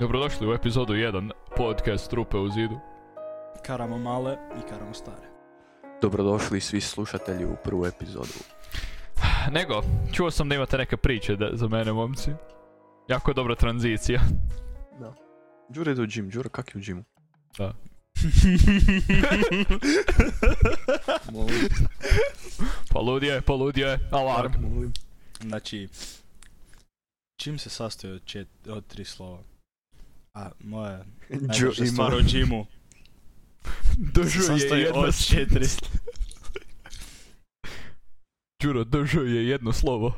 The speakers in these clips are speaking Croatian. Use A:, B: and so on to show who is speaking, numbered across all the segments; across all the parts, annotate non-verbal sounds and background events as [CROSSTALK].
A: Dobrodošli u epizodu 1 podcast Trupe u zidu.
B: Karamo male i karamo
C: [LAUGHS]
B: stare.
C: Dobrodošli svi slušatelji u prvu epizodu.
A: Nego, čuo sam da imate neke priče da, za mene, momci. Jako dobra tranzicija.
C: Đure ide u džim, Đure kak je u džimu?
B: Molim.
A: Poludio je, poludio je, alarm.
C: Kak, molim?
B: Znači, čim se sastoji od, čet- od tri slova? A moje najljepša
C: Đu-
B: stvar o
C: ima. [LAUGHS]
B: Jimu se
A: Držao je
B: sastoji
A: jedno
B: od
A: s-
B: četiri sl-
A: Đuro, držao je jedno slovo.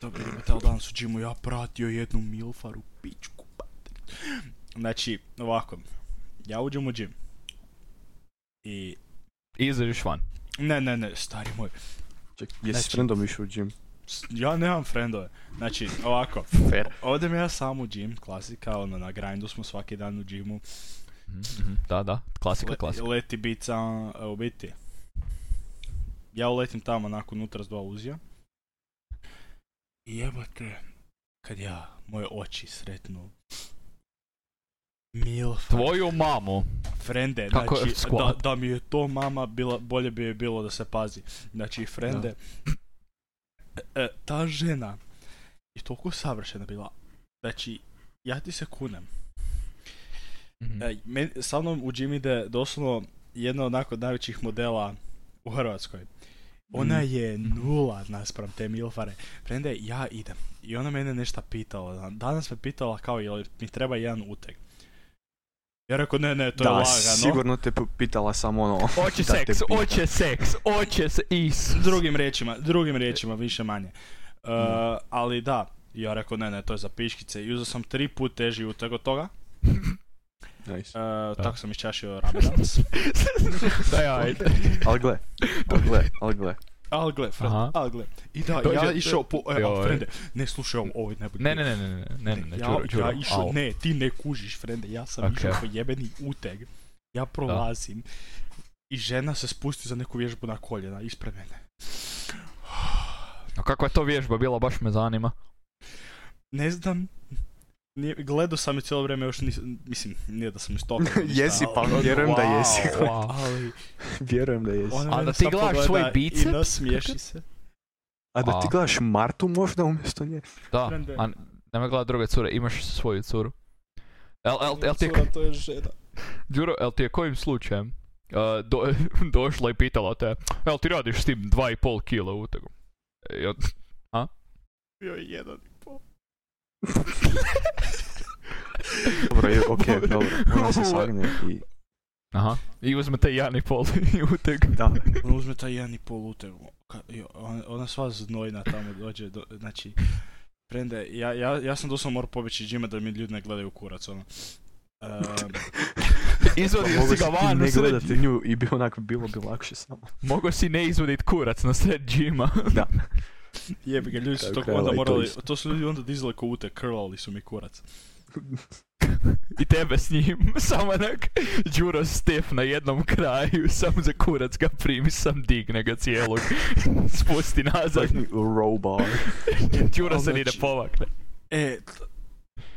B: Dobro, ima taj dan su Jimu ja pratio jednu milfaru pičku. mater. Znači, ovako. Ja uđem u Jim. I...
A: I izađeš van.
B: Ne, ne, ne, stari moj.
C: Ček, jesi
B: Znači-
C: s frendom išao u džim?
B: S- Ja nemam frendove. Znači, ovako.
C: Fair.
B: Odem ja sam u gym, klasika, ono, na grindu smo svaki dan u gymu.
A: Mhm, Da, da, klasika,
B: Le-
A: klasika.
B: Leti bica, e, u biti. Ja uletim tamo nakon unutra s dva uzija. I jebate, kad ja, moje oči sretnu Milf,
A: Tvoju mamu.
B: frende,
A: Kako je
B: znači, da,
A: squat?
B: da mi je to mama, bila, bolje bi je bilo da se pazi. Znači, frende, e, e, ta žena je toliko savršena bila. Znači, ja ti se kunem,
A: Mhm.
B: E, men, sa mnom u gym ide doslovno jedna onako od najvećih modela u Hrvatskoj. Ona
C: Mm.
B: je nula naspram te Milfare. Prende, ja idem. I ona mene nešto pitala. Dan- Danas me pitala kao, jel mi treba jedan uteg? Ja rekao, ne, ne, to
C: da,
B: je lagano.
C: sigurno te p- pitala samo ono.
A: Oće
C: Da te
A: seks,
C: pita.
A: oće seks, oće se is. [LAUGHS]
B: Drugim riječima, drugim riječima, više manje. E,
C: Mm.
B: ali da, ja rekao, ne, ne, to je za piškice. I uzeo sam tri put teži uteg od toga.
C: Nice.
B: E, tako sam iščašio rame danas.
A: Daj, ajde.
C: Ali gle, ali gle, ali gle.
B: Al gle, Fred,
A: Aha.
B: al gle. I da,
A: Dođe-
B: ja išao po... E, al,
A: Joj.
B: Frende, ne slušaj ovo, ovo je najbolji
A: Ne,
B: dio.
A: ne, ne, ne, ne, ne, ne, ne,
B: ja,
A: Đuro, Đuro,
B: ja išao,
A: au.
B: ne, ti ne kužiš, Frende, ja sam
A: Ok.
B: išao po jebeni uteg. Ja prolazim. I žena se spusti za neku vježbu na koljena, ispred mene.
A: A kakva je to vježba bila, baš me zanima.
B: Ne znam, nije, gledao sam je cijelo vrijeme, još nisam, mislim, nije da sam istopio.
C: Jesi, pa vjerujem da
A: [LAUGHS]
C: jesi.
B: Ali,
C: [LAUGHS] Vjerujem da jesi.
B: ona
A: A
B: mene
A: da ti
B: samo
A: gledaš
B: pogleda
A: svoj bicep?
B: I nasmiješi se.
C: A da ti
A: A.
C: gledaš Martu možda umjesto nje?
A: Da,
B: Frende.
A: a nema gleda druge cure, imaš svoju curu. El, el, el ti je,
B: Cura, to je žena.
A: Đuro, el ti je kojim slučajem e, do- [LAUGHS] došla i pitala te, el ti radiš s tim 2,5 kila utegom? I on,
B: Bio je jedan i pol.
C: [LAUGHS] Dobro, je, ok, dobro.
A: [LAUGHS]
C: Ona se sagne i...
A: aha, i uzme te 1,5 i [LAUGHS] uteg.
C: Da.
B: Ona uzme taj jedan i pol uteg, ka- jo, ona, ona sva znojna tamo dođe, do, znači, prende, ja, ja, ja sam doslovno morao pobjeći iz džima da mi ljudi ne gledaju u kurac, ono. Ehm,
C: [LAUGHS]
A: Izvadio
C: Pa Mogu
A: si
C: si
A: ga
C: ti
A: van u
C: ne
A: sred,
C: gledati nju i bi onak bilo bi lakše samo.
A: mogo si ne izvadit kurac na sred džima.
B: jebi ga, ljudi
C: Kraj
B: su to
C: krajeva
B: onda
C: i to
B: morali,
C: isto.
B: to su ljudi onda dizali ko uteg, krlali su mi kurac.
A: I tebe s njim, [LAUGHS] samo onak, Đuro Stef na jednom kraju, [LAUGHS] sam za kurac ga primi, sam digne ga cijelog, [LAUGHS] spusti
B: [LAUGHS]
A: nazad,
C: Like Robar.
A: Đuro se ni ne
B: Znači-
A: povakne.
B: E, t-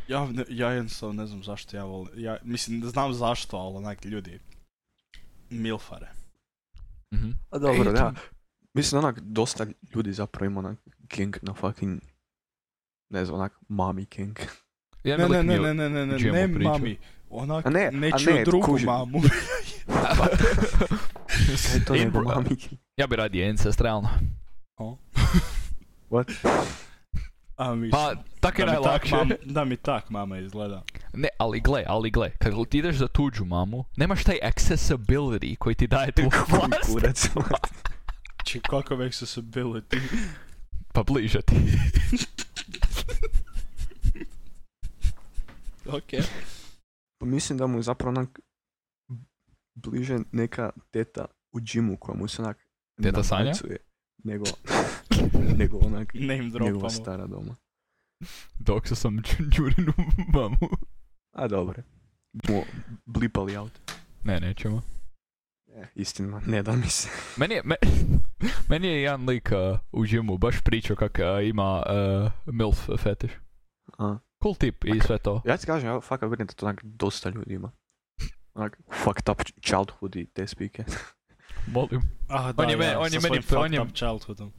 B: ja, ne, ja jednostavno ne znam zašto ja volim, ja, mislim, znam zašto, ali onak, ljudi, milfare. Mhm.
C: A dobro,
A: Ej,
C: da.
A: to-
C: Mislim, onak, dosta ljudi zapravo ima onak gang na fucking, ne znam, onak, mami
A: [LAUGHS]
C: gang.
A: Ja
B: Ne, ne, ne,
A: likim
B: ne, ne, ne, ne,
A: čemu
B: ne,
A: pričam.
B: mami, onak,
C: A ne, a
B: nečiju
C: ne,
B: drugu
C: kužim.
B: mamu. [LAUGHS] Pa.
C: Kaj je to
A: In-
C: nego mami gang?
A: [LAUGHS] Ja bi radio ancestralno.
B: A, mislim.
A: Pa, tak je
B: da mi, tak
A: najlakše.
B: mama, da mi tak mama izgleda.
A: Ne, ali gle, ali gle, kad ti ideš za tuđu mamu, nemaš taj accessibility koji ti
B: [LAUGHS]
A: daje tu vlast,
C: Kurac.
B: Či kako vek Znači, su se bili
C: [LAUGHS]
B: ti.
A: pa bliže ti. [LAUGHS]
B: [LAUGHS] Ok.
C: Mislim da mu je zapravo onak bliže neka teta u džimu koja mu se onak
A: Teta Sanja?
C: nabacuje,
A: [LAUGHS]
C: Nego, nego onak
B: Name
C: njegova
B: dropamo.
C: stara doma.
A: Dok sam Đu- Đurinu [LAUGHS] mamu.
C: A dobro. Smo blipali out.
A: Ne, nećemo.
C: E, istina, ne da mi se. [LAUGHS]
A: Meni je, me, [LAUGHS] meni je jedan lik uh, u džimu baš pričao kak uh, ima uh, MILF fetiš.
C: A,
A: Cool tip i sve to.
C: Ja ti kažem, ja fakat vjerujem da to onak dosta ljudi ima. Onak, fucked up childhood i te spike.
A: Molim.
B: Ah, da,
A: On je
B: ja,
A: meni- on je
B: sa
A: meni-
B: svojim
A: on je-
B: fucked up childhoodom.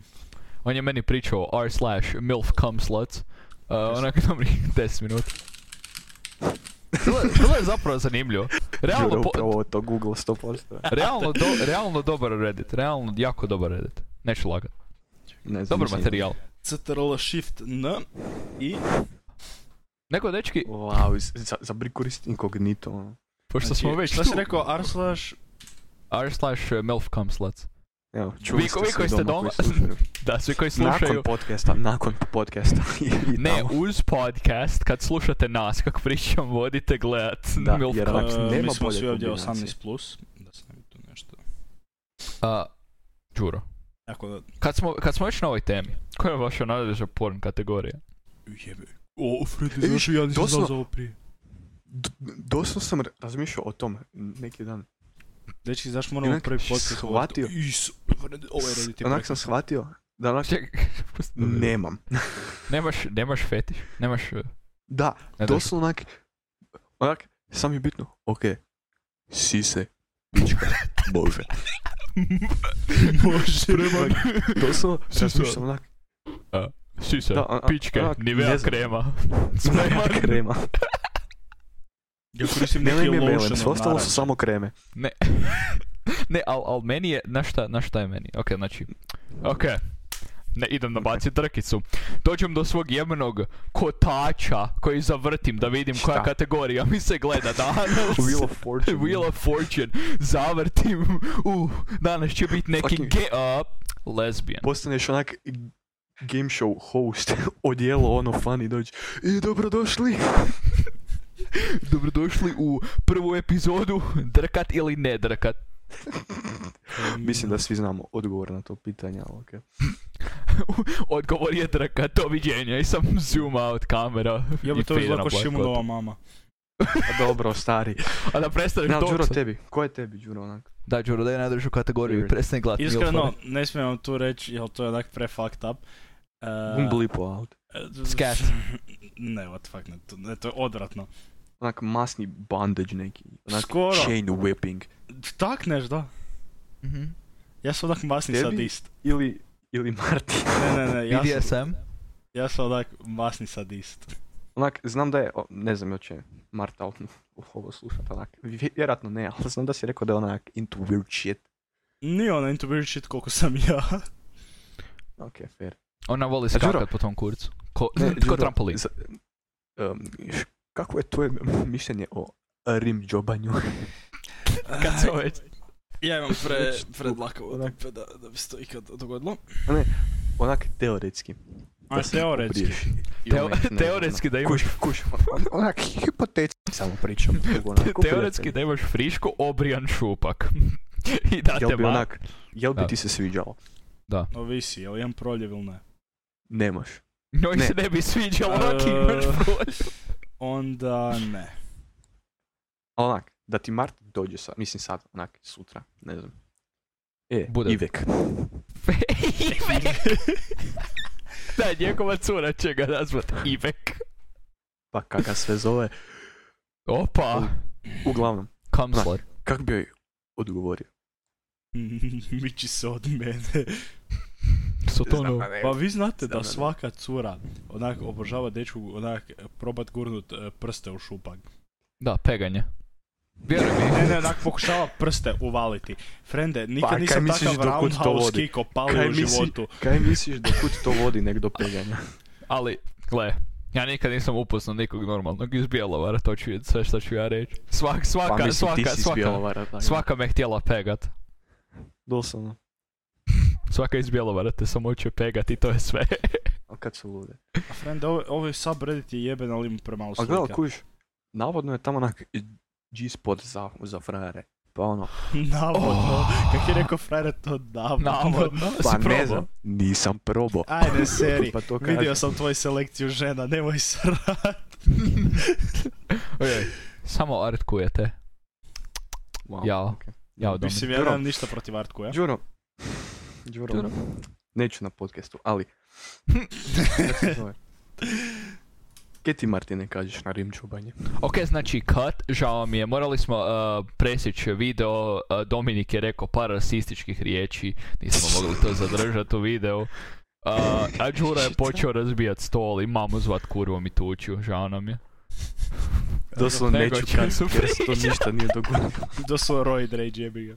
A: On je meni pričao r slash milf cum sluts. Uh, onak [LAUGHS] dobrih 10
B: [LAUGHS]
A: minuta. Bilo je- bilo je zapravo zanimljivo. Realno,
C: Juro,
A: po-
C: upravo to Google 100%.
A: realno, do, realno dobar Reddit. Realno jako dobar Reddit. Neću lagat.
C: Ne znam,
A: Dobar
C: nisam-
A: materijal.
B: Ctrl shift n i
A: Nego, dečki,
C: Wow, z- za, za bri koristim inkognito, ono.
A: pošto
B: znači,
A: smo već
B: Šta
A: tu,
B: si rekao, r slash
A: r slash milf cum sluts.
C: Evo, čuli
A: Vi ko- vi koji
C: svi
A: ste
C: doma,
A: doma-
C: koji slušaju.
A: Da, svi [LAUGHS] koji
C: Nakon
A: slušaju,
C: podcasta, nakon podcasta [LAUGHS] i, i
A: ne
C: tamo.
A: uz podcast, kad slušate nas kak pričam, vodite gledat
C: Da,
A: milf
C: jer
A: cum.
C: onak-
B: e,
C: nema
B: mi smo
C: bolje
B: svi ovdje
C: kombinacije.
B: 18 plus, da se ne bi tu nešto.
A: A, Đuro,
B: Tako da,
A: kad smo, kad smo već na ovoj temi, koja je vaša najveća porn kategorija?
B: jebe. O, Fredi,
C: E,
B: znaš, ja nisam znao
C: doslovno-
B: za ovo prije.
C: D- Doslovno sam ra- razmišljao o tom neki dan.
B: Dečki, znaš, moramo
C: Onak
B: prvi podcast
C: shvatio.
B: govoriti. Is, Fredi, ovo je Reddit. je
C: Onak
B: preko-
C: sam shvatio da onak
A: Čekaj, [LAUGHS] pusti me.
C: nemam.
A: Nemaš, nemaš fetiš, nemaš... uh,
C: Da,
A: Ne daš-
C: doslovno onak, onak, sam je bitno, ok, sise,
A: [LAUGHS]
C: pička, bože.
B: Bože,
C: Onak, doslovno
A: Sisa.
C: razmišljam onak,
A: Sisa,
C: Da, a- a-
A: pičke,
C: onak,
A: nivea
C: ne znam.
A: krema.
C: nema krema.
B: Ja koristim
C: Nema
B: neki
C: im je melem,
B: lotion
C: sve
B: od
C: ostalo su
B: naranče.
C: samo
B: [LAUGHS]
C: kreme.
A: Ne, [LAUGHS] ne al, al meni je, na šta, na šta je meni? Ok, znači, ok, ne, idem nabacit trkicu. Dođem do svog jemenog kotača koji zavrtim da vidim koja
C: Šta?
A: kategorija mi se gleda danas.
C: Wheel of Fortune.
A: [LAUGHS] Wheel of Fortune, zavrtim, uh, danas će biti neki
C: Fucking-
A: ge, uh, lesbian.
C: Postaneš onak game show host, [LAUGHS] odjelo ono funny dođe. I dobrodošli.
A: Dobrodošli u prvu epizodu Drkat ili ne drkat.
C: Mislim da svi znamo odgovor na to pitanje, ali okej.
A: Odgovor je drkat, doviđenja i sam zoom out kamera.
B: Ja bi
A: i fade
B: to
A: na
B: izgledao kao
A: black
B: Šimunova mama.
A: [LAUGHS]
C: A dobro, stari.
A: button. A da prestaneš
C: Ne, ali
A: to
C: Đuro
A: sad-
C: tebi. Ko je tebi, Đuro, onak?
A: Da, Đuro, daj najdražu kategoriju i
C: Weird.
A: prestani gledati.
B: Iskreno, ne smijem vam tu reći, jer to je onak pre fucked up. E,
C: Bum blipo out.
B: e,
A: Scat.
B: [LAUGHS] Ne, what the fuck, ne, to, ne, to je odvratno.
C: Onak masni bandage neki. Onak
B: Skoro.
C: chain whipping.
B: Tak neš, da.
A: Mhm.
B: Ja sam onak masni
C: Tebi?
B: sadist. ili-
C: Ili, ili Martin.
B: Ne, ne, ne, ja sam,
A: BDSM.
B: ja sam onak masni sadist.
C: [LAUGHS] Onak, znam da je, o, ne znam jel će Marta o- ovo slušat, onak, vje- vjerojatno ne, ali znam da si rekao da je onak into weird shit.
B: Nije ona into weird shit koliko sam
C: [LAUGHS]
B: ja.
C: Ok, fair.
A: Ona voli
C: A Đuro-
A: skakat po tom kurcu. Ko, [LAUGHS]
C: Ne,
A: ko
C: Đuro,
A: trampolin.
C: za- em, š- kako je tvoje mišljenje o rim džobanju? [LAUGHS]
A: Kad se već...
B: Ja imam pre,
C: Već
B: pre dlakovo
C: onak.
B: tipe da, da bi se to ikad dogodilo.
C: Onak teoretski.
B: A teoretski.
A: Teo- teoretski da imaš...
C: Kuš, ono, kuš, on- [LAUGHS] onak hipotetski samo [LAUGHS] pričam. drugo, onak, ko
A: Teoretski
C: prijatelj.
A: da imaš frišku obrijan šupak. [LAUGHS] I da te
C: Jel bi
A: ma...
C: onak, jel bi
A: Da.
C: ti se sviđalo?
B: Ovisi, jel imam proljev ili ne.
C: Nemaš.
A: Njoj
C: ne.
A: se ne bi sviđalo, onak
B: E,
A: imaš proljev.
C: [LAUGHS]
B: Onda ne.
C: Ali onak, da ti Marta dođe sad, mislim sad, onak, sutra, ne znam. E,
A: Bude.
C: Ivek.
A: Ivek. da, njegova cura će ga nazvat Ivek.
C: Pa kaka se zove.
A: Opa.
C: Uglavnom,
A: Kamsler.
C: kak bi joj odgovorio?
B: [LAUGHS] Miči se od mene.
A: Sotonu.
B: Pa vi znate da
C: Znam da ne.
B: svaka cura onak obožava dečku onak e, probat gurnut e, prste u šupak.
A: Da, peganje. Vjeruj mi.
B: Ne, ne, onak [LAUGHS] pokušava prste uvaliti. Frende, nikad
C: Pa kaj
B: nisam
C: misliš
B: takav
C: do kud to
B: roundhouse
C: vodi?
B: kick opali
C: Kaj
B: u
C: misli-
B: životu.
C: Kaj misliš da kud to vodi nek do peganja?
A: Ali, gle, ja nikad nisam upoznao nikog normalnog iz Bjelovara, to ću, sve što ću ja reći. Svak, svaka,
C: pa mislim, ti
A: svaka,
C: si iz
A: svaka,
C: Bjelovara, tako da.
A: svaka me htjela pegat.
C: Doslovno.
A: Svaka iz Bjelovara te samo će pegat i to je
C: [LAUGHS]
A: sve.
C: A kad su lude?
B: A frende, ovo, ovaj subreddit je jeben, ali ima premalo
C: A
B: slika.
C: gledaj, kuš, navodno je tamo onak G-spot za, za frajere. Pa ono,
B: [LAUGHS] Navodno, kak je rekao frajer to navodno.
A: [LAUGHS] Navodno,
C: Oh, pa
A: [LAUGHS] si probao?
C: ne znam, nisam probao.
B: Ajde, seri.
C: Pa to
B: [LAUGHS]
C: kažem.
B: Vidio sam tvoju selekciju žena, nemoj srat.
A: [LAUGHS] Ojoj, samo art kujete.
C: Wow,
A: Jao.
C: okej.
A: Jao, dobro.
B: Mislim, ja
C: Pa Dobro.
B: nemam ništa protiv artku, ja?
C: Đuro. Đuro.
A: Đuro. [LAUGHS]
C: Neću na podcastu, ali... Kako se zove? Kaj ti Martine kažeš na rimčubanje?
A: Ok, znači cut, žao mi je, morali smo uh, presjeći video, uh, Dominik je rekao par rasističkih riječi, nismo mogli to zadržati u videu. Uh, a Đura je
C: Šta?
A: počeo razbijat stol i mamu zvat kurvom i tuču, žao nam je.
C: Doslovno
A: nego
C: neću
A: ću
C: kad,
A: [LAUGHS] su
C: jer se to ništa nije dogodilo.
B: Do svoj roid rage jebi ga.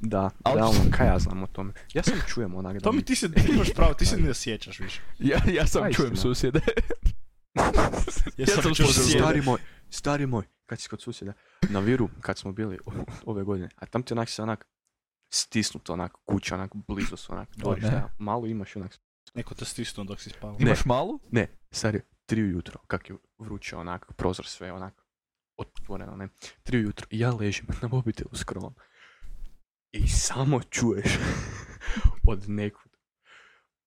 C: Da,
A: Al-
C: da, ono, kaj ja znam o tome. Ja sam čujem onak da
B: To mi ti se, ti imaš pravo, ti se ne osjećaš više.
A: Ja, ja sam
C: Pa istina.
A: čujem
C: [LAUGHS]
A: susjede.
B: Ja
A: sam
B: sam
A: čuo
B: čuo
A: za
B: sjede.
C: Stari moj, stari moj, kad si kod susjeda, na Viru, kad smo bili o- ove godine, a tam ti onak se onak stisnut onak kuća, onak blizu su onak dvorišta,
A: ne.
C: a malo imaš onak,
B: Neko te stisnuo dok si spavao.
C: Ne.
A: Imaš malu?
C: ne, stari, tri ujutro, kak je vruće onak, prozor sve onak, otvoreno, ne, tri ujutro, i ja ležim na mobitelu skrolam i samo čuješ [LAUGHS] od nekud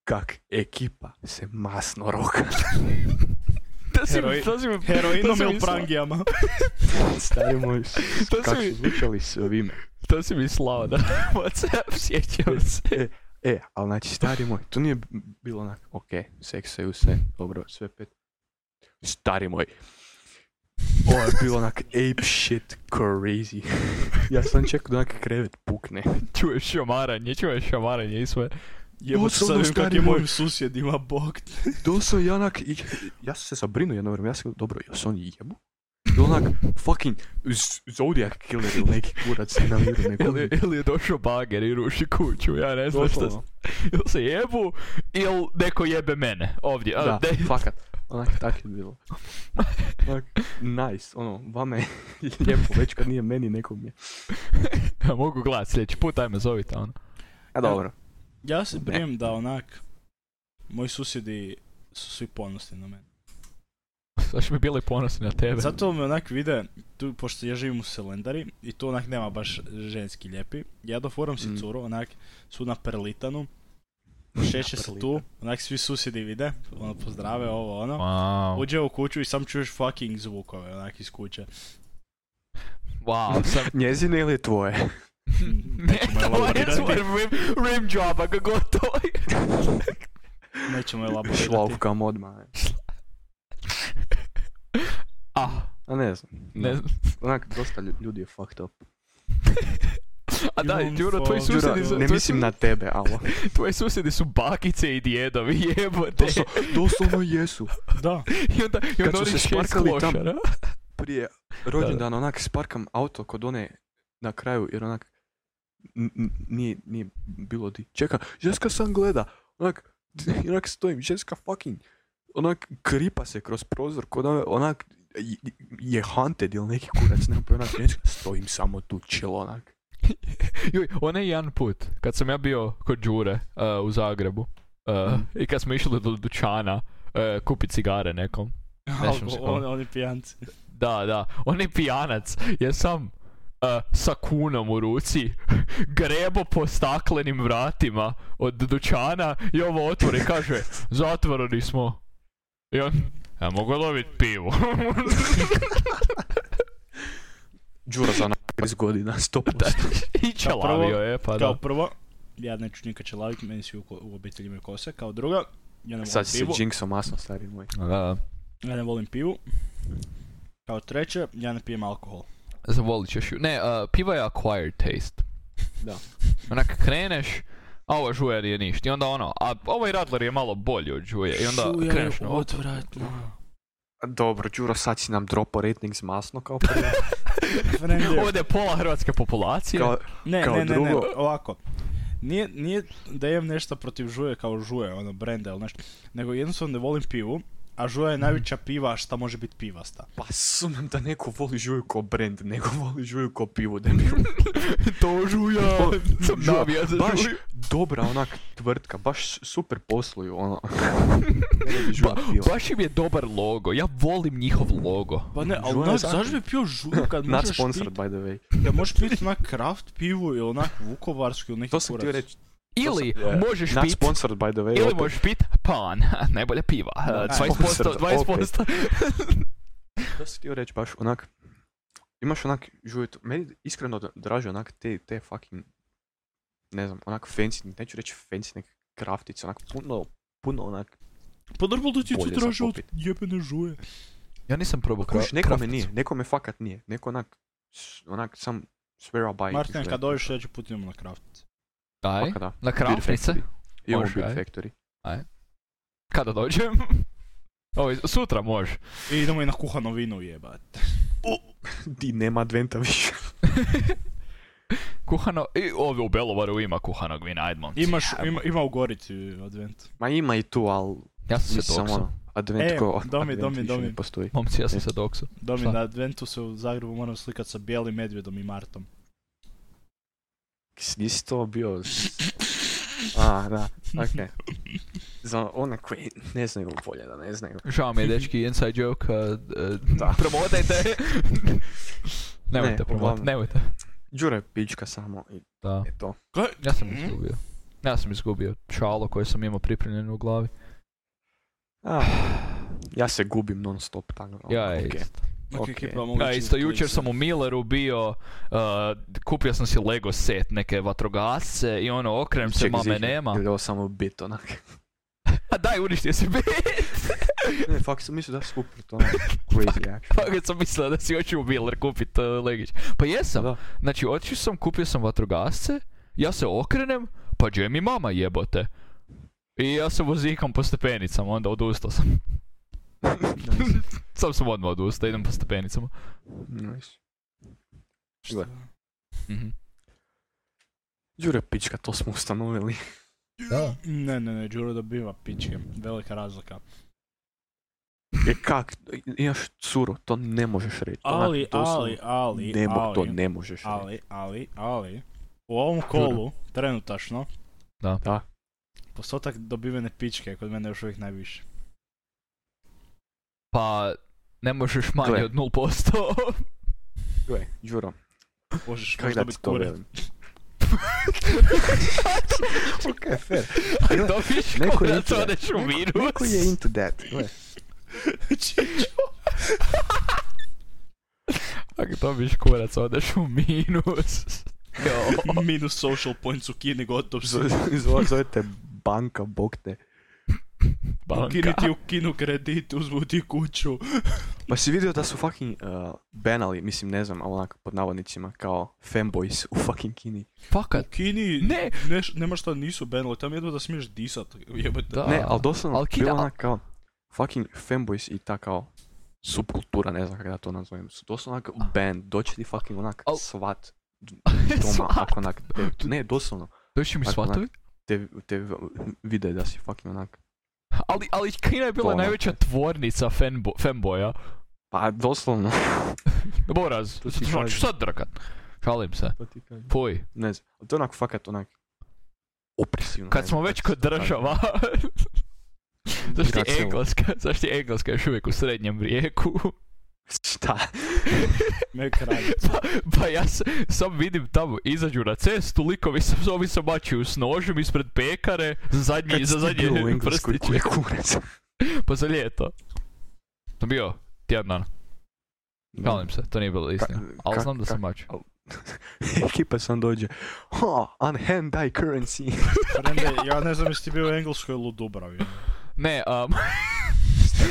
C: kak ekipa se masno roka.
A: To si,
B: Heroi-
A: to si mi, to
B: Heroinom
A: si mi
B: ili
A: sla-
B: prangijama?
C: Stari moj, [LAUGHS]
A: To
C: kak
A: si
C: su
A: mi-
C: zvučali svime.
A: To si mi slao na [LAUGHS] Whatsapp, sjećam se.
C: E, e, ali znači, stari moj, to nije bilo onak, ok, seksaju se, dobro, sve pet. Stari moj, ovo je bilo onak ape shit crazy. ja sam čekao da onak krevet pukne. [LAUGHS]
A: Čuješ šamaranje, čuješ šamaranje i sve.
B: Jebo se sad
C: Doslovno,
B: vidim kak
C: stari
B: je
C: moj.
B: moj susjed ima bog. te.
C: Doslovno ja onak, i- ja sam se zabrinuo jedno vrijeme, ja sam dobro, jel se on jebu? I onak, fucking Z- Zodiac killer ili neki kurac na miru, neko
A: [LAUGHS] Ili, ili je došao bager i ruši kuću, ja ne znam šta.
B: Doslovno.
A: Ili se jebu, ili neko jebe mene ovdje. A,
C: Da,
A: de- [LAUGHS]
C: fakat. Ja, Onak, tak je bilo. Onak, nice, ono, vama [LAUGHS] je lijepo, već kad nije meni, nekom je.
A: Ja mogu gledat sljedeći put, ajme zovite ono.
C: A dobro.
B: Ja se
C: Ne.
B: brijem da onak, moji susjedi su svi ponosni na mene.
A: Zašto bi bili ponosni na tebe?
B: Zato me onak vide, tu, pošto ja živim u Selendari i tu onak nema baš ženski ljepi, ja doforam si
C: Mm.
B: curu, onak su na perlitanu, šeće se tu, onak svi susjedi vide, ono pozdrave, ovo ono.
A: Wow,
B: Uđe u kuću i sam čuješ fucking zvukove, onak iz kuće.
A: wow, [LAUGHS] sam...
C: Njezine ili
A: [LAUGHS]
C: tvoje?
A: Ne,
B: Nećemo
A: to je
B: elaborirati.
A: tvoj rim, rim job, ako gotovo je.
B: Nećemo elaborirati.
C: Šlavkam odmah. ne.
A: Ah,
C: A ne znam.
A: ne znam. [LAUGHS]
C: Onak, dosta lju- ljudi je fucked up.
A: A da,
B: Imam
A: Đuro, tvoji
B: fo- Đuro,
A: susjedi su...
C: Đura, ne
A: tvoji
C: mislim
A: su-
C: na tebe,
A: [LAUGHS]
C: alo.
A: Tvoji susjedi su bakice i djedovi, [LAUGHS] jebote.
C: Doslo- Doslovno jesu.
B: [LAUGHS] Da,
A: I onda, i
C: Kad
A: onda
C: su
A: oni
C: se
A: šest
C: šparkali tam-
A: klošara. [LAUGHS]
C: Prije rođendana onak sparkam auto kod one na kraju, jer onak n- n- nije, nije bilo di. Čeka, ženska sam gleda, onak, [LAUGHS] i onak stojim, ženska fucking, onak kripa se kroz prozor, kod ove- onak j- je haunted ili neki kurac, nema pojma, onak ženska, stojim samo tu chill, onak.
A: Joj, onaj jedan put, kad sam ja bio kod Đure uh, u Zagrebu uh,
C: Mm.
A: i kad smo išli do dućana uh, kupiti cigare nekom. Sjećam se
B: Alko-
A: toga.
B: on, oni pijanci.
A: Da, da, onaj pijanac je sam uh, sa kunom u ruci [LAUGHS] grebo po staklenim vratima od dućana i ovo otvori i kaže zatvoreni smo. I on, ja mogu dobit pivu. [LAUGHS]
C: Đura za onak 30 godina, [LAUGHS] 100%.
A: I
B: Kao prvo-
A: čalavio je, pa
B: Kao
A: da.
B: prvo, ja neću nikad čelavit, meni svi u, ko- u obitelji imaju kose. Kao druga, ja ne volim
C: Sad si se
B: pivu.
C: jinxo masno, stari moj.
A: Da,
B: Ja ne volim pivu. Kao treće, ja ne pijem alkohol.
A: zavolit ćeš ju. Ne, uh, piva je acquired taste.
C: Da.
A: Onak kreneš, a ovo žuje nije ništa. I onda ono, a ovaj Radler je malo bolji od žuje. E, I onda kreneš
B: [LAUGHS]
A: na ovo.
B: odvratno.
C: A Dobro, Đuro, sad si nam dropo rating s masno kao prvo.
A: Ovdje je pola hrvatske populacije.
C: [LAUGHS] Kao,
B: Ne,
C: Kao
B: ne, ne, ne,
C: drugo-
B: ovako. Nije, nije da imam nešto protiv žuje kao žuje, ono, brenda ili nešto. Nego jednostavno ne volim pivu, a žuja je najveća piva šta može biti pivasta.
C: pa sumnjam da neko voli žuju ko brand, [LAUGHS] nego voli žuju ko pivo, da mi
A: to žuja.
C: Pa,
A: Sam
C: žuja,
A: navija za
C: baš
A: žuju.
C: dobra onak tvrtka, baš super posluju, [LAUGHS] ono. Ne bi žuja
A: Ba-
C: pila.
A: baš im je dobar logo, ja volim njihov logo.
B: Pa ne, ali
C: Žujan
B: onak,
C: zakon.
B: zašto bi pio
C: [LAUGHS]
B: žuru kad
C: Not
B: možeš
C: sponsored,
B: pit,
C: by the way.
B: kad možeš pit onak kraft pivu ili onak vukovarsku ili neki
C: To sam htio
B: kurac.
C: reći.
A: Ili možeš
C: Not
A: pit,
C: sponsored, by the way.
A: ili
C: opet.
A: možeš pit pan, [LAUGHS] najbolja piva, Eh,
C: Da,
A: 20%,
C: sponsored,
A: 20%.
C: To sam htio reći baš onak, imaš onak žujetu, meni iskreno dra- draže onak te, te fucking, ne znam, onak fancy, neću reći fancy, nek kraftice, onak puno, puno onak,
B: Pa normalno da ti to
C: Bolje za
B: traže od
C: popit.
B: jebene žuje.
A: [LAUGHS] Ja nisam probao
C: kuš,
A: kra-
C: nekome nije,
A: krafticu.
C: nekome fakat nije, neko onak, s- onak sam swear by
B: Martin,
C: Pa žuje.
B: kad dođeš ja ću putiti na kraft.
A: Daj,
C: Fakat da,
A: na
C: Beer
A: krafnice,
C: Factory. Imamo
A: Može,
C: Beer
A: aj.
C: Factory.
A: kada dođem. [LAUGHS] Ovo, sutra može.
B: I E, idemo i na kuhano vino jebat.
C: Di nema adventa više.
A: Kuhano, i ovdje u Belovaru ima kuhanog vina, ajde momci.
B: Imaš, ima, ima u Gorici advent.
C: [LAUGHS] Ma ima i tu, ali
A: Ja sam se
C: nisam
A: doksao.
C: ono, advent
B: E,
C: ko,
B: domi,
C: advent
B: domi,
C: više ne
B: domi.
C: postoji.
A: Momci, ja sam
C: E.
A: se doksao.
B: Da mi
A: Šta?
B: na adventu se u Zagrebu moram slikat sa bijelim medvjedom i Martom.
C: Nisi to bio... [LAUGHS] A, da, okej. Za one koji ne znaju bolje da ne znaju.
A: Žao
C: [LAUGHS]
A: mi je, dečki, inside joke, uh, uh,
C: Da. [LAUGHS]
A: promotajte. [LAUGHS] nemojte
C: Ne,
A: promotati,
C: uglavnom.
A: nemojte.
C: Đura je pička samo i
A: Da,
C: eto.
B: Kaj? Mhm.
A: ja sam
C: Mhm.
A: izgubio. Ja sam izgubio šalo koje sam imao pripremljeno u glavi.
C: [SIGHS] A, ja se gubim non stop tako. ono,
A: Ja
C: okej.
A: isto.
B: Ok, pa
C: Ok.
B: ekipa, mogu
A: Ja
B: ići
A: isto,
B: na
A: jučer
B: Twitch.
A: sam u Milleru bio, uh, kupio sam si Lego set, neke vatrogasce i ono, okrenem se,
C: Ček,
A: mame
C: zihni,
A: nema.
C: Ili ovo samo bit onak.
A: A daj, uništio si bit!
C: [LAUGHS] Ne, fakt sam mislio da je super to [LAUGHS] onak
A: [LAUGHS]
C: crazy action.
A: Kako Pa sam mislila da si hoću u Miller kupit uh, Legić. Pa jesam,
C: Da.
A: Znači, otišao sam, kupio sam vatrogasce, ja se okrenem, pa gdje je mi mama jebote? I ja se vozikam po stepenicama, onda odustao sam. Sam sam odmah odustao, idem po stepenicama.
C: Nice.
B: Šta?
C: Gle.
A: Mhm.
C: Đura je pička, to smo ustanovili.
B: Ne, ne, ne, Đuro dobiva pičke. Velika razlika.
C: Je kak, imaš curu, to ne možeš reći. Onak,
B: Ali,
C: doslovno,
B: ali, ali,
C: Ne mo- to
B: ali,
C: ne možeš reći.
B: ali, ali, ali, u ovom kolu, trenutačno,
A: Da.
C: Da.
B: postotak dobivene pičke je kod mene još uvijek najviši.
A: Pa, ne možeš manje
C: Gle.
A: od 0%.
C: Gle, Đuro,
B: Možeš, možeš
C: Kak da ti
B: dobiti
C: to
B: kure. [LAUGHS]
C: velim? [LAUGHS] Ok, fair.
A: Aj,
C: Gle,
A: dobiješ
C: neko
A: ko
C: je
A: da
C: into
A: to
C: that.
A: odeš u virus.
C: Neko je into that.
B: [LAUGHS]
C: Gle,
A: [LAUGHS] Ako dobiješ kurac, odeš u
C: [LAUGHS]
A: minus. Jo.
B: Minus social points u Kini, gotov si.
C: zove, zove te banka, bog te.
A: Banka.
B: Kini ti u kinu kredit, uzmu ti kuću.
C: Pa si vidio da su fucking uh, banali, mislim ne znam, ali onak pod navodnicima, kao fanboys u fucking Kini.
B: U
A: Fakat.
B: Kini
A: Ne.
B: neš, nema šta nisu banali, tam jedva da smiješ disat. Jebate.
A: Da.
C: Ne,
A: [LAUGHS]
C: ali doslovno,
A: Al
C: al
A: Kina-
C: bilo onak kao fucking fanboys i ta kao subkultura, ne znam kako da to nazovem. Su doslovno onak band, doći ti fucking onak
A: Al- [LAUGHS]
C: svat d- doma,
A: Sva-
C: ako onak, te- ne, doslovno,
A: Došli mi
C: Ako onak-
A: svatovi?
C: te, te vide da si fucking onak,
A: Ali, ali Kina je
C: To
A: bila
C: ono.
A: najveća tvornica fanbo,
C: [LAUGHS]
A: fanboja.
C: pa doslovno.
A: Boraz,
C: To
A: što
C: ti kažem.
A: ću sad drkat? Šalim se. Fuj.
C: Ne znam, ali to je onak fakat onak opresivno. ne
A: Kad
C: znam
A: smo već
C: kako
A: kod
C: se to kaže.
A: država. [LAUGHS] Zašto ti
C: Kad se-
A: Engleska, zašto ti Engleska još uvijek u srednjem vijeku?
C: Šta?
B: Ne kraj.
A: [LAUGHS] Pa, pa ja s- sam vidim tamo, izađu na cestu, likovi se ovi se mačuju s nožem ispred pekare, za zadnji, za zadnje
C: Bilo u Engleskoj
A: prstiće.
C: koji je kurac.
A: [LAUGHS] Pa za ljeto. Sam bio tjedan dana. Šalim se, to nije bilo istina. Ali
C: kak-
A: znam da sam
C: kak-
A: maču. [LAUGHS]
C: [LAUGHS] Ekipa sam dođe. Ha, Oh, on hand die currency.
B: Prende, ja ne znam jesi ti bio u Engleskoj ili u [LAUGHS] Dubravi.
A: Ne, um,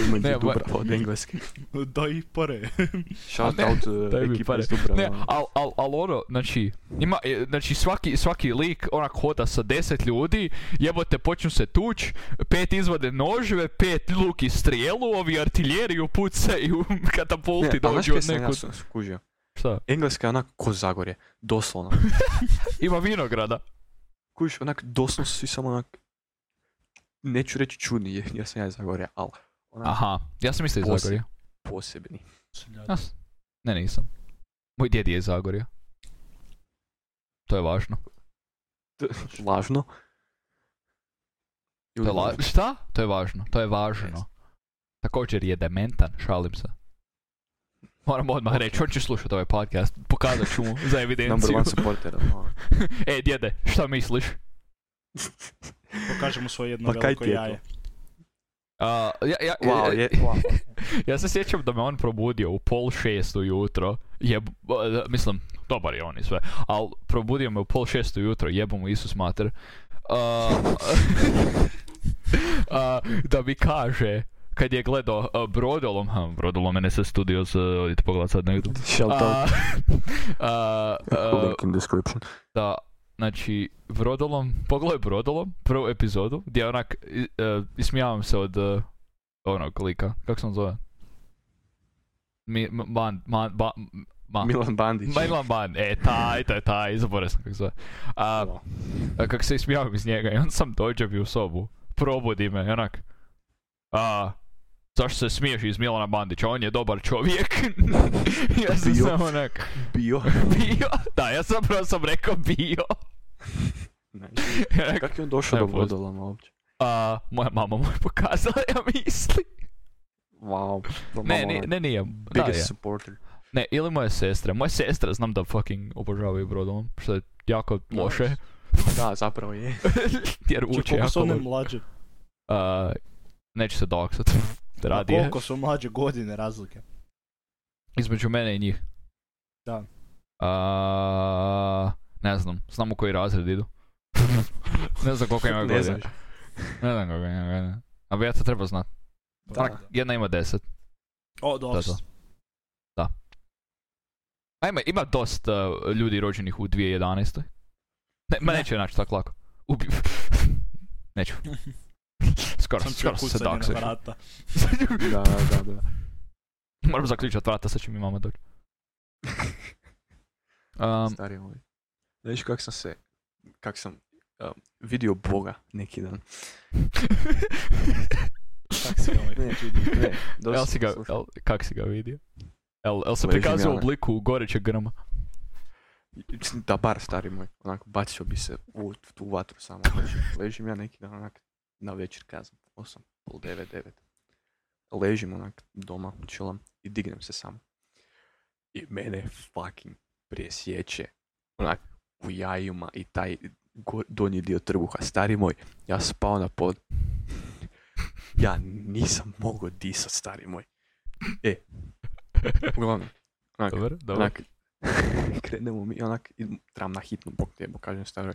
C: Imađe
A: Ne, ba-
C: Dubrava od Engleske.
B: Da i pare.
C: Shout
A: Ne,
C: out uh,
A: daj mi
C: ekipa
A: pare.
C: iz
A: Ne,
C: Dubrava.
A: al, al, al ono, znači, ima, e, znači svaki, svaki lik onak hoda sa deset ljudi, jebote počnu se tuć, pet izvade noževe, pet luk i strijelu, ovi artiljeriju pucaju,
C: Ne,
A: [LAUGHS] katapulti
C: a znaš
A: dođu
C: kaj
A: od
C: sam ja
A: nekud.
C: sam skužio?
A: Šta?
C: Engleska je é onak ko Zagorje, doslovno.
A: Ima vinograda.
C: Kužiš, onak doslovno su svi samo é onak, neću reći čudni, jer ja sam ja iz Zagorja, ali é onak
A: Aha, ja sam mislio iz
C: Poseb-
A: Zagorja.
C: posebni.
A: Ja s- Ne, nisam. Moj djed je iz Zagorja. To je važno.
C: Lažno.
A: To je [LAUGHS] la- šta? To je važno, to je važno. Također je dementan, šalim se. Moram odmah reći, on će slušat ovaj podcast, pokazat ću mu [LAUGHS] za
C: Number
A: evidenciju.
C: one supporter. ono.
A: e, djede, šta misliš?
B: Pokažemo svoje jedno
C: Pa kaj
B: veliko
C: ti je to?
B: jaje.
A: A, ja, ja,
C: Wow,
A: e,
C: je,
A: Ja se sjećam da me on probudio u pol šest ujutro, jeb, e, mislim, dobar je on i sve, ali probudio me u pol šest ujutro, jebo mu Isus mater, A, [LAUGHS] a, da mi kaže, kad je gledao a, Brodolom, ha, Brodolom NSS Studios, e, odite pogledat sad negdje.
C: Shout
A: A, [LAUGHS] a, a,
C: Link in description.
A: da, znači, Brodolom, pogledaj Brodolom, prvu epizodu, gdje onak, i- e, ismijavam se od e, onog lika, kako se on zove? Mi, m- man, man, ba, m- ma- [LAUGHS]
C: Milan Bandić.
A: Milan Ban, e, taj, taj, taj, zaboravio sam kako se zove. A, a, kako se ismijavam iz njega, i onda sam dođem i u sobu, probudi me, i onak, a, zašto se smiješ iz Milana Bandića, on je dobar čovjek. [LAUGHS] ja sam
C: Bio.
A: samo onak, [LAUGHS]
C: Bio.
A: bio, da, ja sam prvo sam rekao bio. Ja
C: Kako je on došao do
A: Evo, pozdrav.
C: Brodolama uopće?
A: A, moja mama mu je pokazala, ja mislim.
C: Wow.
A: Ne, ne, ne, nije. Da,
C: Biggest
A: je.
C: supporter.
A: Ne, ili moja sestra. Moja sestra znam da fucking obožavaju brodom, što je jako loše.
C: Da, zapravo je.
A: [LAUGHS] Jer
B: Če,
A: uče
B: koliko
A: jako
B: su one
A: loše.
B: mlađe?
A: A, neću se doksat.
B: A
A: Radije.
B: koliko su mlađe godine razlike?
A: Između mene i njih.
B: Da.
A: A, ne znam, znam u koji razred idu. [LAUGHS] ne znam koliko ima godina.
C: Ne znaš.
A: Ne znam koliko ima godina. A bi ja to trebao znat.
B: Pa
A: Onak, jedna ima deset.
B: O, dobro.
A: to. Ajme, ima dosta uh, ljudi rođenih u 2011. Ne, ma
B: Ne.
A: neću je naći tako lako. Ubi... [LAUGHS] neću. Skoro,
B: Sam
A: skoro
B: čuo
A: sam se
B: kucanje
A: doksao.
B: na
A: [LAUGHS]
B: vrata.
C: Da, da, da.
A: Moram zaključati vrata, sad će mi mama doći. Um, [LAUGHS]
C: Stari moj. Znaš kak sam se, kak sam um, vidio Boga neki dan.
B: Tak se ovaj
C: Ne,
B: čudi.
C: Ne,
A: el
C: dosta
A: si ga,
C: sam slušao.
A: el, kak si ga vidio? El, el se
C: Leži mi
A: prikazao u
C: ona.
A: obliku gorećeg grma.
C: Da, bar stari moj. Onako, bacio bi se u tu vatru samo. Ležim, ležim ja neki dan onak na večer kazam. 8, pol 9, 9. Ležim onak doma, chillam i dignem se samo. I mene fucking presjeće. Onak u jajima i taj go- donji dio trbuha. Stari moj, ja sam pao na pod. [LAUGHS] Ja nisam mogao disat, stari moj. E, uglavnom, onak,
A: Dobar, dobar.
C: Onak, [LAUGHS] krenemo mi, onak, idem, trebam na hitnu, bok te bo, kažem staroj,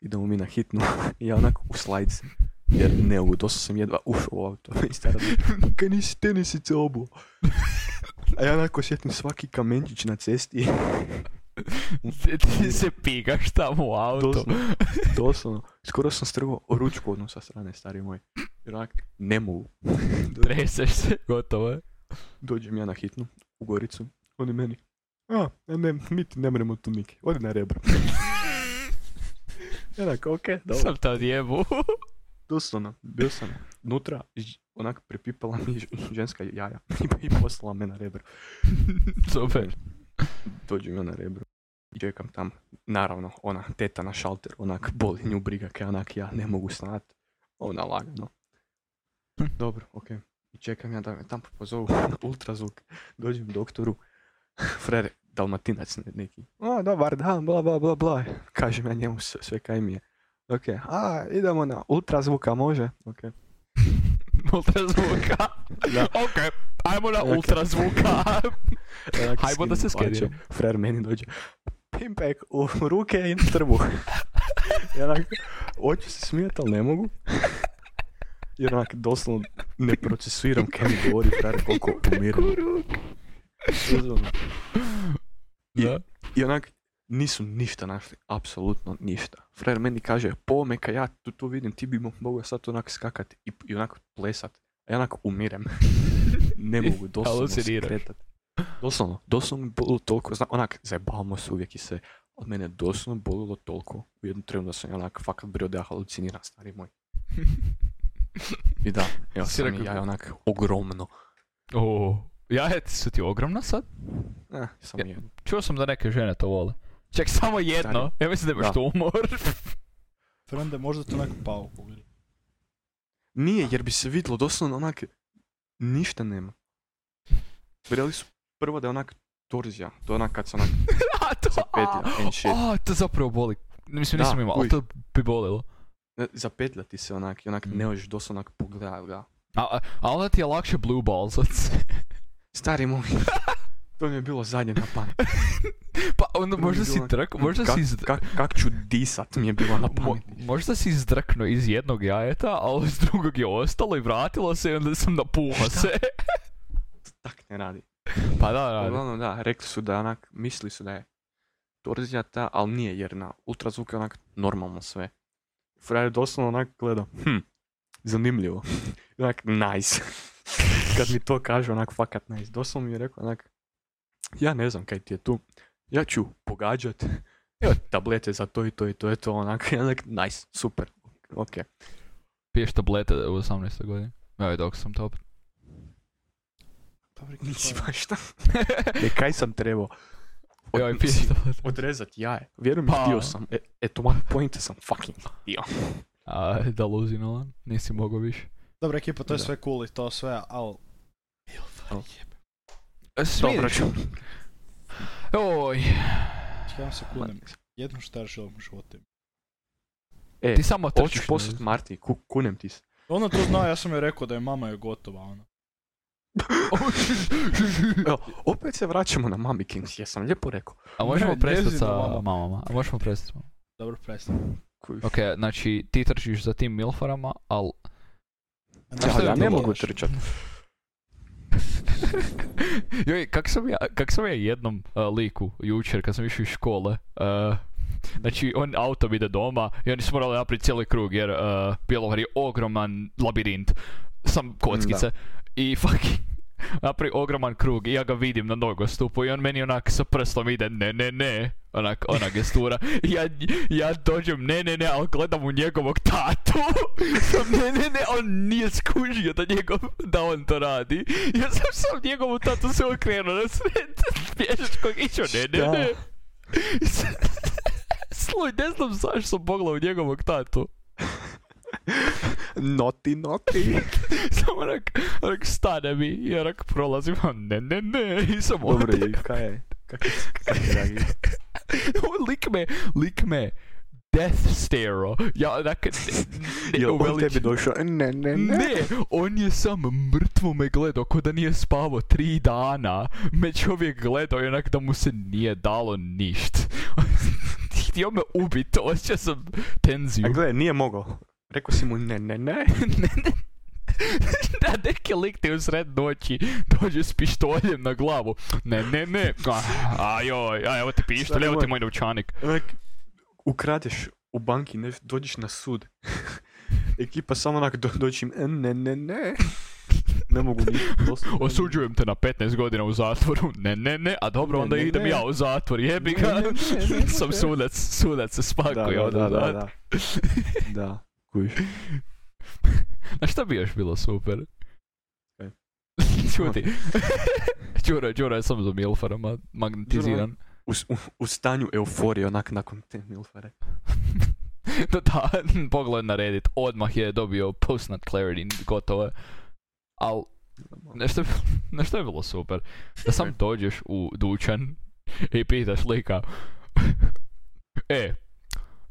C: idemo mi na hitnu, [LAUGHS] i ja onak u slajdice, jer ne mogu, dosta sam jedva ušao u auto, [LAUGHS] i stara mi, [LAUGHS] kaj nisi tenisice obu? [LAUGHS] A ja onako osjetim svaki kamenčić na [LAUGHS] cesti,
A: Ti- Ti se pigaš tamo u auto.
C: doslovno, doslovno, skoro sam strgao ručku odnu sa strane, stari moj, jer onak, ne mogu, [LAUGHS]
A: Treseš se, gotovo je.
C: dođem ja na hitnu, u Goricu, oni meni, a, ne, ne, mi ti ne mremo tu Miki, odi na rebro. Ja onako, okej, dobro.
A: Sam tad jebu.
C: [LAUGHS] Doslovno, bio sam nutra, ž- onak prepipala mi ž- ženska jaja [LAUGHS] i poslala me na rebro.
A: Super.
C: Dođem ja na rebro i čekam tam. Naravno, ona teta na šalter, onak boli nju briga, kaj onak ja ne mogu snat. Ona lagano. Dobro, okej. I čekam ja da me tam pozovu na ultrazvuk. Dođem doktoru, [LAUGHS] frere, dalmatinac ne- neki. A, dobar dan, bla, bla, bla, bla. Kažem ja njemu sve, sve kaj mi je. Okej, a, idemo na ultrazvuka, može? Okej.
A: Ultrazvuka.
C: Da.
A: Ok, ajmo na
C: Ok.
A: ultrazvuka.
C: Onak
A: Hajmo da se
C: skinem plaće,
A: skediram.
C: Frer meni dođe. Pimpek u ruke i na trbu. I onak, hoću se smijati, ali ne mogu. Jer onak, doslovno ne procesuiram kaj mi govori frer koliko umiram. Doslovno.
A: Da.
C: I onak, nisu ništa našli, apsolutno ništa. Frer meni kaže, pomeka ja tu, tu vidim, ti bi mo- mogao sad onak skakati i, i onako plesat. A ja onak
A: [LAUGHS]
C: umirem. ne mogu doslovno se
A: Haluciniraš.
C: kretat. Doslovno, doslovno mi bolilo toliko, zna, onak zajebavamo se uvijek i sve. Od mene je doslovno bolilo toliko u jednom trenutku da sam ja onak fakat brio da ja haluciniram, stari moj. I da, evo
A: Si
C: sam i
A: rekao-
C: ja onak ogromno.
A: [LAUGHS] O, jaja ti su ti ogromna sad?
C: Eh, samo
A: Ja-
C: jedno.
A: Čuo sam da neke žene to vole. Ček, samo jedno.
C: Stari.
A: [LAUGHS] Ja mislim da imaš
C: Da.
A: tumor.
B: Frende, možda to onako pao.
C: Nije, jer bi se vidjelo doslovno onak, ništa nema. Breli su prvo da je onak torzija, to je onak kad se onak
A: A to,
C: zapetlja, and shit.
A: a, to zapravo boli. Mislim,
C: Da,
A: nisam imao, ali
C: uj.
A: to bi bolilo.
C: E, Zapetlja ti se onak i onak
A: Mm.
C: ne možeš doslovno onak pogledati ga.
A: A, a- a onda ti je lakše blue ballsac.
C: Stari moj, to mi je bilo zadnje na pamet.
A: [LAUGHS] Pa onda možda si trk, možda si iz...
C: ono Kak, kak ću disat mi je bilo na
A: Mo-
C: pamet.
A: možda si izdrknuo iz jednog jajeta, ali iz drugog je ostalo i vratilo se i onda sam napuhao
C: Šta?
A: se.
C: Tak ne radi.
A: Pa da, da.
C: Uglavnom da, rekli su da je onak, mislili su da je torzija ta, ali nije jer na ultrazvuk je onak normalno sve. Frajer doslovno onak gleda, hm, zanimljivo. [LAUGHS] I onak, nice. [LAUGHS] Kad mi to kaže, onak, fakat nice. Doslovno mi je rekao, onak, ja ne znam kaj ti je tu, ja ću pogađat, evo tablete za to i to i to je to, onak, [LAUGHS] I onak, nice, super, ok.
A: Piješ tablete u 18. godini. Evo dok sam
C: [LAUGHS]
A: top.
C: Nisi baš šta. Ne, E, kaj sam trebao? Od-
A: Evo i piješ tablete.
C: odrezat jaje. Vjerujem,
A: Pa.
C: htio sam. E, eto, one pointe sam fucking htio.
A: A, delusionalan, nisi mogao više.
B: Dobra ekipa, to je
C: Da.
B: sve cool i to sve, ali...
C: Al. E,
A: Dobro. Oj,
B: Čekaj, ja se kunem. Jednu šta želim u životu.
C: E,
A: ti samo
C: hoću
A: trčiš.
C: poslat
A: ne?
C: Marti, ku- kunem ti se.
B: Ona Ono to zna, ja sam joj rekao da je mama je gotova, ono. ona.
C: Evo, opet se vraćamo na Mami Kings, jesam lijepo rekao.
A: A možemo
B: Ne,
A: prestati
B: njezina
A: sa
B: mama.
A: mamama? A možemo prestati s mamama?
B: Dobro, prestani.
C: Kuj.
A: Ok, znači ti trčiš za tim milfarama, ali...
C: Ja,
A: šta
C: ja
A: bi
C: ne
A: ti
C: mogu
B: voliš?
C: trčat.
A: [LAUGHS] Joj, kak sam ja, kak sam ja jednom uh, liku jučer kad sam išao iz škole, uh, znači on autom ide doma i oni su morali napraviti cijeli krug jer uh, Bjelovar je ogroman labirint, sam kockice i fucking napravi ogroman krug i ja ga vidim na nogostupu i on meni onak sa prstom ide ne ne ne onak ona gestura I ja, ja dođem ne ne ne ali gledam u njegovog tatu [LAUGHS] sam ne ne ne on nije skužio da njegov da on to radi ja sam sam njegovu tatu se okrenuo na [LAUGHS] sred pješačkog išao ne ne ne I s- [LAUGHS] Sluj, ne znam zašto sam pogledao u njegovog tatu.
C: Noti,
A: [LAUGHS]
C: noti.
A: Samo onak, onak stane mi i onak prolazim, a ne, ne, ne, i sam
C: Dobro,
A: ode.
C: i kaj je? Kak je, kak je dragi?
A: [LAUGHS] lik me, lik me death stare Ja onak...
C: [LAUGHS]
A: Ne,
C: Jel on
A: uvelič-
C: tebi došao? Ne, ne, ne.
A: ne, on je sam mrtvo me gledao, ko da nije spavao tri dana. Me čovjek gledao i onak da mu se nije dalo [LAUGHS] ništa. Htio me ubit, osjećao sam tenziju.
C: A gle, nije mogao. Rekao si mu ne, ne, ne.
A: [LAUGHS] ne, ne. Da, neki lik ti u sred noći dođe s pištoljem na glavu. Ne, ne,
C: [LAUGHS]
A: ne. A, ajoj, a, evo ti pištolj,
C: Stari
A: evo
C: moj.
A: ti moj novčanik.
C: Onak, ukradeš u banki, neš, dođeš na sud. [LAUGHS] Ekipa samo onak do, dođi im, e, ne, ne, ne. Ne mogu ni
A: [LAUGHS]
C: [LAUGHS] doslovno.
A: Osuđujem te na 15 godina u zatvoru. Ne, ne, ne. A dobro,
C: Ne,
A: onda
C: ne,
A: idem
C: ne.
A: ja u zatvor. Jebi
C: Ne,
A: ga.
C: ne, ne, ne, ne.
A: Sam sudac, sudac se spakuje.
C: da,
A: odu
C: da,
A: u
C: da,
A: zatvor.
C: da. Da, kujiš.
A: [LAUGHS] A šta bi još bilo super?
C: Kaj?
A: [LAUGHS] Čuti. [LAUGHS] Đura, Đura, ja sam za Milfara ma- magnetiziran.
C: U, s- u, u stanju euforije, onak nakon te milfare.
A: [LAUGHS] da, da, [LAUGHS] pogled na Reddit, odmah je dobio post-nut clarity, gotovo je. Al, nešto, je- nešto je bilo [LAUGHS] super. Da
C: [LAUGHS]
A: sam dođeš u dućan i pitaš lika, e,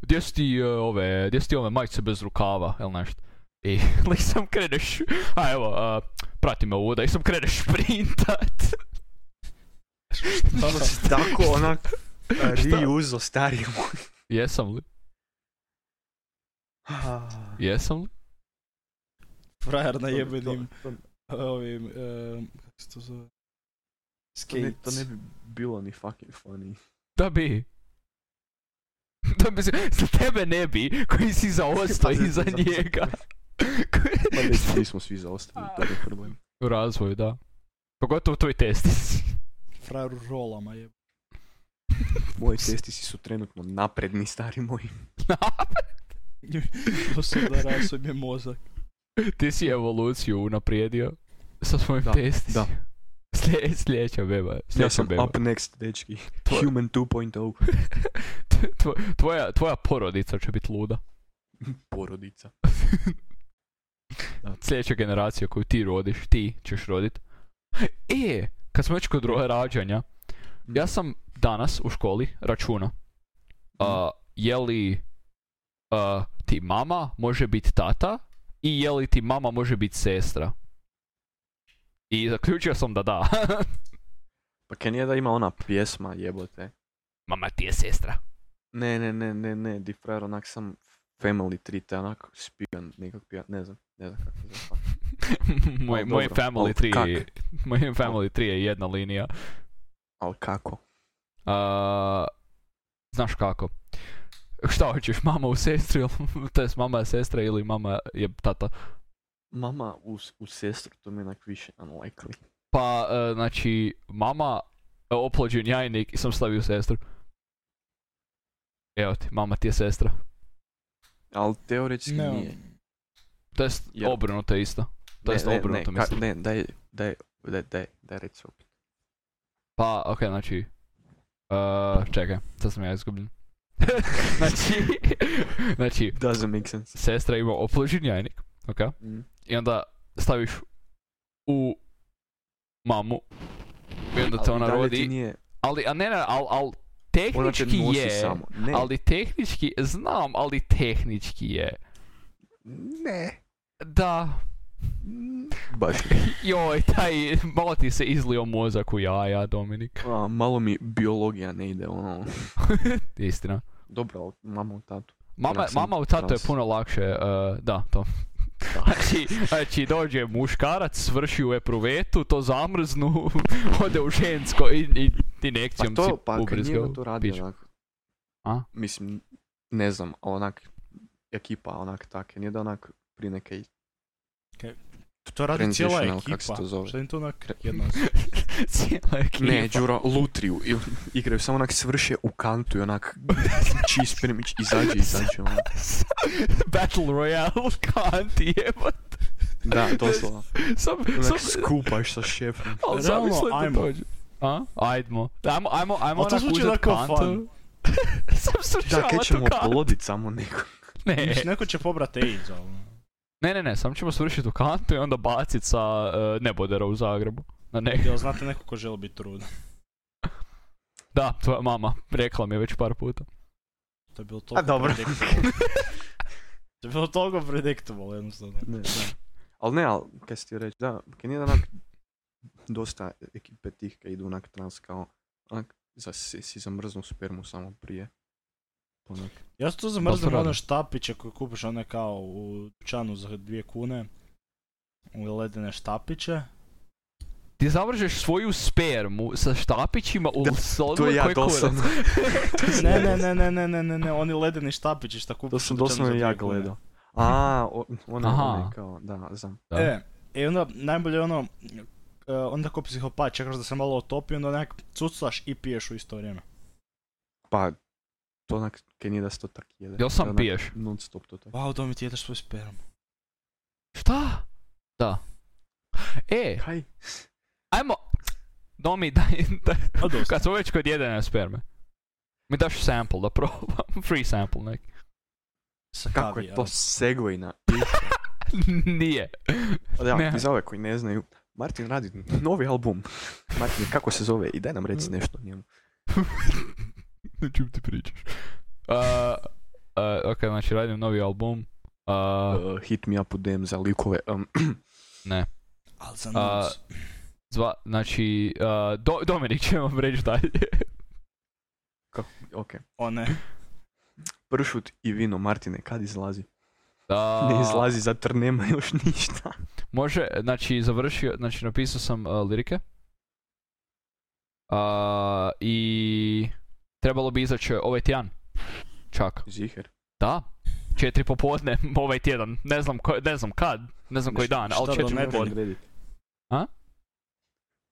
A: gdje si ti e, ove, gdje si ti ove majice bez rukava, ili nešto? I [LAUGHS] lik sam kreneš, a evo, a, prati me uda i sam kreneš sprintat.
C: To si [LAUGHS] tako
A: [LAUGHS]
C: onak
A: ono
C: e,
A: Šta?
C: riuzo stari moj.
A: [LAUGHS] Jesam li? Jesam li?
B: Frajer na
C: To- to-
B: jebenim
C: to-
B: ovim, em, kako se to zove?
C: To ne, to ne
B: Skates.
C: bi bilo ni fucking funny.
A: Da bi. [LAUGHS] Da bi se, za tebe ne bi, koji si
C: [LAUGHS]
A: zaostao
C: Pa,
A: iza
C: zato- zato- [LAUGHS]
A: njega.
C: Pa već nismo svi zaostali, to
A: [LAUGHS]
C: je problem.
A: U razvoju, da. Pogotovo tvoj
C: [LAUGHS]
A: testis.
B: Frajer u rolama je.
C: Moji
A: [LAUGHS]
C: testisi su trenutno napredni, stari moji.
B: To se raso mi je mozak.
A: Ti si evoluciju unaprijedio sa svojim
C: Da,
A: testis.
C: da.
A: Slje, sljedeća beba.
C: Ja
A: Sljedeća
C: sam
A: beba.
C: up next, dečki.
A: Tvoj-
C: Human oh, 2.0.
A: [LAUGHS] Tvo- tvoja, tvoja porodica će biti luda. [LAUGHS]
C: Porodica.
A: Sljedeća generacija koju ti rodiš, ti ćeš rodit. E, kad smo već kod ro- rađanja, ja sam danas u školi računa. A, je li a, ti mama može biti tata i je li ti mama može biti sestra? I zaključio sam da da. [LAUGHS]
C: Pa Ken je da ima ona pjesma jebote.
A: mama ti je
C: [LAUGHS]
A: sestra.
C: Ne, ne, ne, ne, ne, di frajer onak sam family treat, onak spijan, nikak pijan, ne znam, ne znam kako se zove.
A: moj,
C: Al
A: moj
C: dobro, al
A: family 3 je, moj family
C: Al-
A: 3 je jedna linija.
C: Al kako?
A: A, znaš kako? Šta hoćeš, mama u sestri, ili- [LAUGHS] to jest mama je sestra ili mama je tata?
C: Mama u, s- u sestru, to mi je onak više unlikely.
A: Pa, e, znači, mama e, oplođen jajnik i sam stavio sestru. Evo ti, mama ti je sestra.
C: Ali teoretski
B: Ne,
C: nije.
A: To jest
C: Jer-
A: obrnuto je isto. To
C: Ne,
A: jest
C: ne,
A: obrnuto
C: ne, ka-
A: mislim.
C: ne, daj, daj, daj, daj, daj reći se opet.
A: Pa, okej, znači... e, čekaj, sad sam ja izgubljen. [LAUGHS] znači, [LAUGHS] znači,
C: Doesn't make sense.
A: sestra ima oplođen jajnik, ok?
C: Mm.
A: I onda staviš u mamu. I onda te
C: Ali
A: ona
C: dalje ti
A: rodi.
C: Nije,
A: Ali, a ne, ne, al, al,
C: ona te
A: tehnički
C: nosi
A: je.
C: samo. Ne,
A: Ali tehnički, znam, ali tehnički je.
C: ne,
A: Da,
C: Mm, baš.
A: joj, taj, malo ti se izlio mozak u jaja, Dominik. [LAUGHS]
C: A, malo mi biologija ne ide, ono.
A: Istina.
C: Dobro, ali mama u tatu.
A: Mama,
C: Onak sam
A: mama u tatu je
C: trans.
A: puno lakše, e, da, to. [LAUGHS] Znači, znači, dođe muškarac, svrši u epruvetu, to zamrznu, [LAUGHS] ode u žensko i, i
C: Pa
A: injekcijom
C: to,
A: si
C: pa kad
A: ubrizgao
C: njima to radi,
A: pičku.
C: onako.
A: A?
C: Mislim, ne znam, a onak, ekipa, onak, tak, nije da onak pri neke
B: To radi cijela
C: Transitional, kako se
B: ekipa.
C: to zove?
B: Šta im to onak
C: Kre-
B: jedna
A: [LAUGHS] Cijela ekipa.
C: Ne, Đura, lutriju. I, [LAUGHS] igraju samo onak svrše u kantu i onak čiji spremić izađe, [LAUGHS] izađe. Ono.
A: [LAUGHS] Battle Royale, [LAUGHS] kanti, jebot.
C: Da, doslovno.
A: Sam,
C: Onak
A: sam,
C: skupaš sa šefom.
A: Ali
B: Realno,
A: zamisli da
B: ajmo.
A: dođe. A? Ajdmo. Ajmo, ajmo, ajmo
B: Ali to
A: onak
B: zvuči
A: uzet
B: onako
A: kantu.
B: fun.
A: [LAUGHS] Sam
C: Da,
A: svršava
C: kaj
A: tu
C: ćemo
A: kantu.
C: polodit samo neko.
A: Ne.
B: Mislim, neko će pobrat ono. ej za
C: [LAUGHS]
B: ovo.
A: ne, ne, ne, sam ćemo svršiti u kantu i onda bacit sa e, nebodera u Zagrebu. Na
C: E.
A: ne.
C: [LAUGHS]
B: Jel znate neko ko želi biti trudan?
A: Da, tvoja mama. Rekla mi je već par puta.
B: To je bilo toliko
C: Pa dobro.
B: predictable. to je bilo toliko predictable jednostavno.
C: [LAUGHS] Ne, da. Ali ne, ali kaj si ti reći, da, kaj nije da onak dosta ekipe tih kaj idu onak trans kao, onak, za, si, si zamrznu spermu samo prije. Onak,
B: Ja sam tu
A: Dosta
B: zamrznem
A: radi.
B: one štapiće koje kupiš one kao u dućanu za dvije kune. U ledene štapiće.
A: Ti zavržeš svoju spermu sa štapićima u
C: Da,
A: sodu
C: to je ja
A: koji kurac.
C: [LAUGHS] doslovno,
A: [LAUGHS]
B: Ne, ne, ne, ne, ne, ne, ne, ne, oni ledeni štapići šta kupiš
C: to sam
B: u dućanu
C: doslovno
B: za
C: ja
B: dvije kune.
C: gledao. A, o- ono,
A: Aha.
C: ono, kao, da, znam.
A: Da.
B: E, i onda najbolje je ono, e, onda ko psihopat čekaš da se malo otopi, onda onak cucaš i piješ u isto vrijeme.
C: Pa, to onak, kaj nije da se to tak jede.
A: Jel sam
C: Onak,
A: piješ? Pa
C: Non stop to tako.
B: Wow, Domi, ti jedeš svoj sperm.
A: Šta? Da. E,
C: Kaj?
A: ajmo... Domi, [LAUGHS] daj, daj,
B: A dosta.
A: Kad smo već kod jedene sperme. Mi daš sample da probam. [LAUGHS] Free sample neki.
B: Sa
C: Kako je to
B: kavijarom.
C: segway na...
A: Nije. Ne. [LAUGHS]
C: Da, i za ove koji ne znaju, Martin radi novi album. Martin, kako se zove? I daj nam
B: Mm.
A: Mm.
C: reci nešto o njemu.
A: [LAUGHS] Na čem ti pričaš? ok, znači radim novi album. Uh,
C: Uh, hit me up u DM za likove. Um, [CLEARS THROAT]
B: Ali za
A: A,
B: nas.
A: zva, znači, uh, Do- Dominik će vam reći dalje.
C: ok.
B: O ne.
C: Pršut i vino, Martine, kad izlazi?
A: Da,
C: Ne izlazi, zato jer nema još ništa.
A: Može, znači završio, znači napisao sam uh, lirike. Uh, I trebalo bi izaći ovaj tjedan. Čak.
C: Ziher.
A: Da. Četiri popodne [LAUGHS] ovaj tjedan. Ne znam, ko, ne znam kad, ne znam koji dan,
B: Šta
A: ali
B: do
A: četiri
B: nedelje?
A: popodne.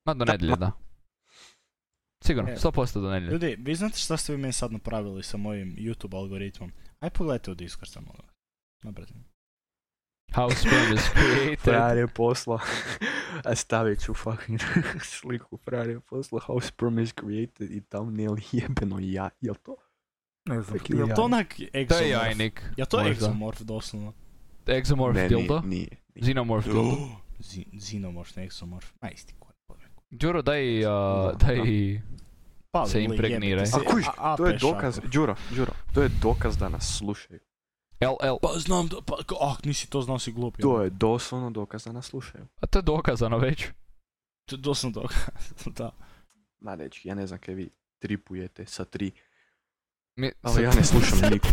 A: Ma do
C: Da,
A: nedelje,
C: ma-
A: da. Sigurno,
B: E.
A: 100% do nedelje.
B: Ljudi, vi znate šta ste vi meni sad napravili sa mojim YouTube algoritmom? Aj pogledajte u Discord samo. ono. Nabrati.
A: How sperm
C: [LAUGHS]
A: is created.
C: Frajer je posla. A Stavit ću fucking [LAUGHS] sliku. Frajer je posla How Sperm is Created i thumbnail jebeno ja. Jel to?
D: Ne znam.
C: Fucking
B: Jel
C: jaj.
B: to onak
A: To je
B: egzomorf?
A: jajnik.
B: Ja to je
A: možda.
B: egzomorf doslovno.
A: Exomorph
C: Ne,
A: dildo.
C: Nije, nije,
A: Xenomorph
B: [GASPS]
A: dildo.
B: Zi- Xenomorf, exomorf, ma isti ko.
A: Đuro, daj, a,
C: Da.
A: daj...
B: Pa,
A: Se impregniraj.
C: A kužiš, to je dokaz, Đuro, Đuro, to je dokaz da nas slušaju.
A: L, L.
B: Pa znam, da, pa, ko- ah, nisi to znao si glup. jel?
C: To je doslovno dokaz da nas slušaju.
A: A to je dokazano već.
B: To je doslovno dokaz, [LAUGHS] da.
C: Ma reći, ja ne znam kaj vi tripujete sa tri,
A: Mi,
C: ali ja ne slušam [LAUGHS] nikog.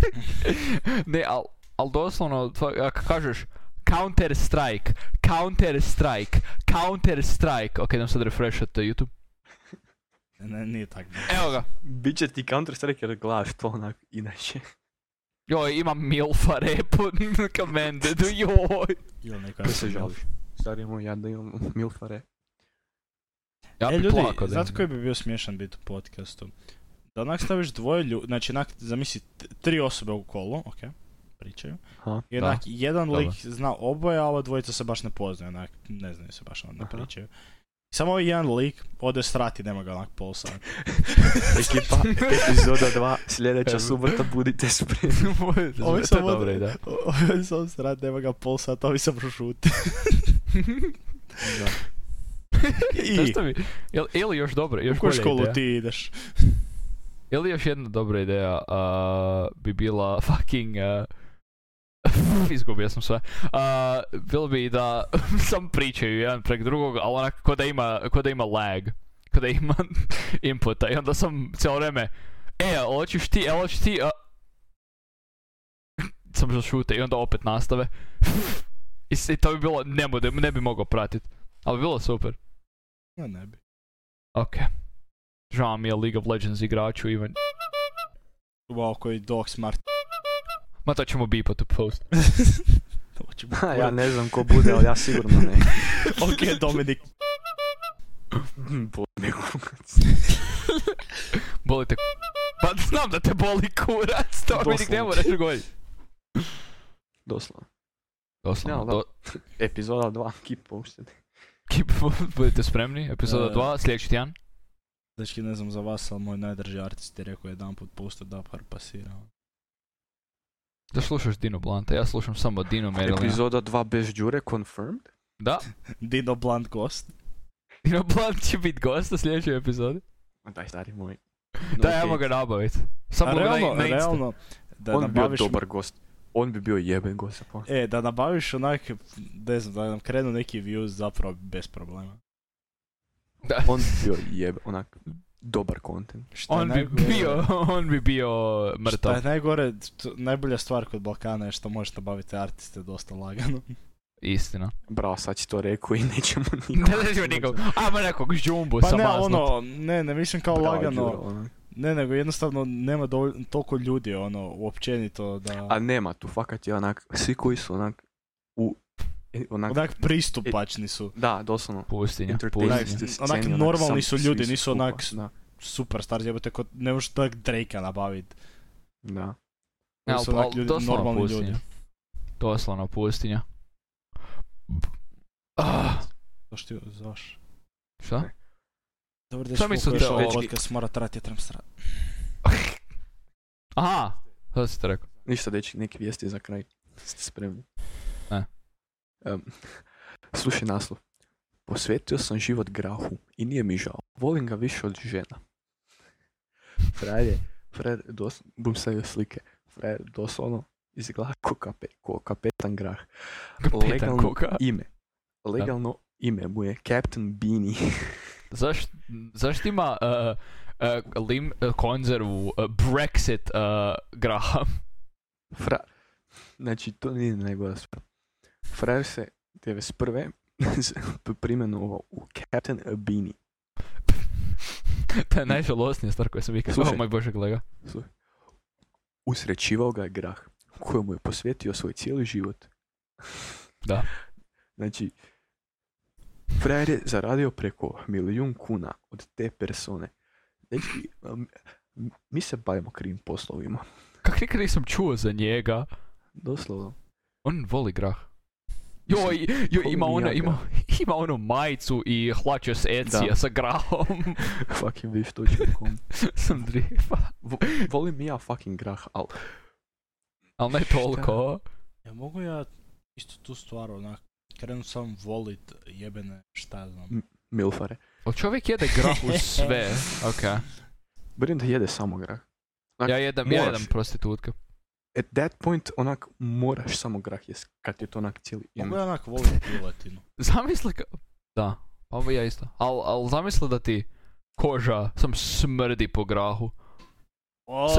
A: [LAUGHS] ne, al, al doslovno, tva- ako kažeš Counter Strike, Counter Strike, Counter Strike. Ok, idem sad refreshat uh, YouTube.
B: Ne, nije tako.
A: Evo ga.
C: Biće ti Counter Strike jer gledaš to onak inače.
A: Joj, imam Milfa [LAUGHS] repu, commended, joj.
B: Ili neka...
C: Ko se žališ? Stari moj, ja da imam milfare.
A: Ja bi
B: e, ljudi,
A: plakao da
B: znate
A: im- [LAUGHS]
B: koji bi bio smiješan bit u podcastu? Da onak staviš dvoje ljudi, znači onak, zamisli, t- tri osobe u kolu, ok, pričaju.
C: [LAUGHS] Ha?
B: I onak, jedan
A: dobro.
B: lik zna oboje, a ova dvojica se baš ne poznaje, onak, ne znaju se baš, ono, ne
C: Aha.
B: pričaju. Samo ovaj jedan lik ode strati, nema ga onak pol
A: [LAUGHS]
B: sata.
C: Ekipa, epizoda 2, sljedeća subota, budite spremni.
A: Ovo je
B: samo-
A: dobro, da.
B: Ovi sam srat, nema ga pol sata, ovi sam
A: [LAUGHS]
B: prošuti. [LAUGHS] I,
A: Zašto bi- jel- Ili još dobro, još
B: u koju
A: bolja
B: školu
A: ideja.
B: ti ideš?
A: Ili još jedna dobra ideja a, bi bila fucking... a, [LAUGHS] izgubio sam sve. A, bilo bi da [LAUGHS] sam pričaju jedan prek drugog, ali onak ko da ima, ko da ima lag. Ko da ima [LAUGHS] inputa. I onda sam cijelo vreme... E, a hoćeš ti, e, hoćeš ti... A... [LAUGHS] Sam zašute i onda opet nastave. [LAUGHS] I, s- i to bi bilo, ne, bude- ne bi mogao pratit. Ali bi bilo super.
B: Ja ne bi.
A: Ok. Žao mi je League of Legends igraču, Ivan.
B: Wow, koji dog smart.
A: [LAUGHS] Ma to ćemo bipat u post. [LAUGHS]
B: Hoćemo
C: Ha, [LAUGHS] ja ne znam ko bude, ali ja sigurno ne.
B: [LAUGHS] [LAUGHS]
C: [LAUGHS]
B: Ok, Dominik.
A: [LAUGHS] Boli te k- Pa znam da te boli kurac, to mi ne
C: Doslovno.
A: moraš govoriti.
C: Doslovno.
A: Doslovno,
C: Ja, da.
A: do...
C: Epizoda 2, kip poušteni.
A: Keep, [LAUGHS] budite spremni, epizoda
B: E.
A: 2, sljedeći tjedan.
B: Dečki, Znači, ne znam za vas, ali moj najdraži artist je rekao jedan put pusto da par pasirao.
A: Da slušaš Dino Blanta, ja slušam samo
B: [LAUGHS]
A: Dino Merlina.
C: Epizoda 2 bez Đure, confirmed?
A: Da,
B: Dino Blunt Ghost.
A: Dino Blant će biti gost u sljedećoj epizodi.
C: Ma Daj, stari moj. No,
A: Da, ja mogu ga nabaviti. Samo
B: A
A: ga na,
B: realno,
A: na Insta.
B: realno, da
C: On bi bio
B: nabaviš...
C: dobar gost. On bi bio jeben gost. Pa.
B: E, da nabaviš onak, ne znam, da nam krenu neki views zapravo bez problema.
A: Da.
C: On bi bio jebe, onak, dobar content.
B: Šta
A: [LAUGHS]
B: je
A: On bi
B: najgore-
A: bio, [LAUGHS] on bi bio
B: Šta je
A: mrtav.
B: najgore, t- najbolja stvar kod Balkana je što možeš nabaviti artiste dosta
A: [LAUGHS]
B: lagano.
A: Istina.
C: Bravo, sad si to rekao i nećemo nikog.
A: [LAUGHS] Ne nećemo nikog, ajmo nekog žumbu
B: Pa ne,
A: samaznut.
B: ono, ne, ne mislim kao
C: Bravo, Đuro,
B: lagano,
C: ono.
B: ne, nego jednostavno nema dovolj- toliko ljudi, ono, uopćenito da...
C: A nema tu, fakat je onak, svi koji su onak, u, e, onak,
B: Onak pristupačni su,
C: da, doslovno.
A: Pustinja,
C: entertainment
A: pustinja.
C: sceni,
B: onak normalni
C: sam
B: su ljudi,
C: svi
B: nisu
C: skupa,
B: onak s-
C: Da,
B: superstar, jebote, kod, ne možeš tak Drake-a nabaviti.
C: da.
A: Ne,
B: Oni su
A: al-
B: onak
A: al
B: ljudi-
A: pa, doslovno
B: normalni
A: pustinja.
B: ljudi.
A: Doslovno pustinja. Ah,
B: Zašto ti, zaš? [LAUGHS]
A: šta?
C: Ne.
B: Dobar
A: Šta
B: dečko,
A: mislite
B: koji je
A: o-
B: ovaj
A: dečki?
B: podcast mora trati, ja trebam srat.
A: Aha, to si ti rekao.
C: Ništa, deći, neke vijesti za kraj. Ste spremni?
A: Ne.
C: Em, [LAUGHS] slušaj naslov. Posvetio sam život grahu i nije mi žao. Volim ga više od žena. Frajer je, frajer, dos, bum stavio slike. Frajer doslovno izgleda ko, kape, ko kapetan grah.
A: Pitan
C: Legalno
A: koga.
C: ime. Legalno ime mu je Captain Beanie. [LAUGHS]
A: Zaš, zašto ima uh, uh, lim, uh, konzervu uh, Brexit uh, graha? [LAUGHS]
C: Fra... Znači, to nije najgora stvar. Frajer se [LAUGHS] 91. primenovao u Captain Beanie.
A: to je najžalosnija stvar koju sam ikad.
C: Slušaj.
A: Oh, moj bože, kolega.
C: Usrećivao ga je grah, kojemu je posvetio svoj cijeli život.
A: Da.
C: Znači, frajer je zaradio preko milijun kuna od te persone. Znači, um, mi se bavimo krivim poslovima.
A: Kak nikad nisam čuo za njega.
C: Doslovno.
A: On voli grah.
C: Mislim,
A: Joj, joj,
C: volim
A: ima
C: i
A: ono,
C: ja
A: ima, [LAUGHS] ima ono majicu i hlače s Ecija
C: Da.
A: sa grahom.
C: [LAUGHS]
A: [LAUGHS]
C: Fucking viš točno kom.
A: sam drifa.
C: Vo- volim i ja fucking grah, ali
A: Ali ne toliko.
B: Ja mogu ja isto tu stvar onak krenu sam volit jebene šta
A: [LAUGHS]
B: ja znam.
C: Milfare.
A: Ali čovjek jede grah uz
C: [LAUGHS]
A: sve. Ok.
C: Brinem da jede samo grah. Onak,
A: Ja jedem, ja
C: moraš.
A: jedem prostitutke.
C: At that point, onak, moraš samo grah jest kad ti je to onak cijeli
B: Mogu
A: Mm.
C: ime.
B: ja onak volim
A: [LAUGHS]
B: piletinu.
A: Zamisli ka... Da, pa bi ja isto. Al, al zamisli da ti koža sam smrdi po grahu.
B: O,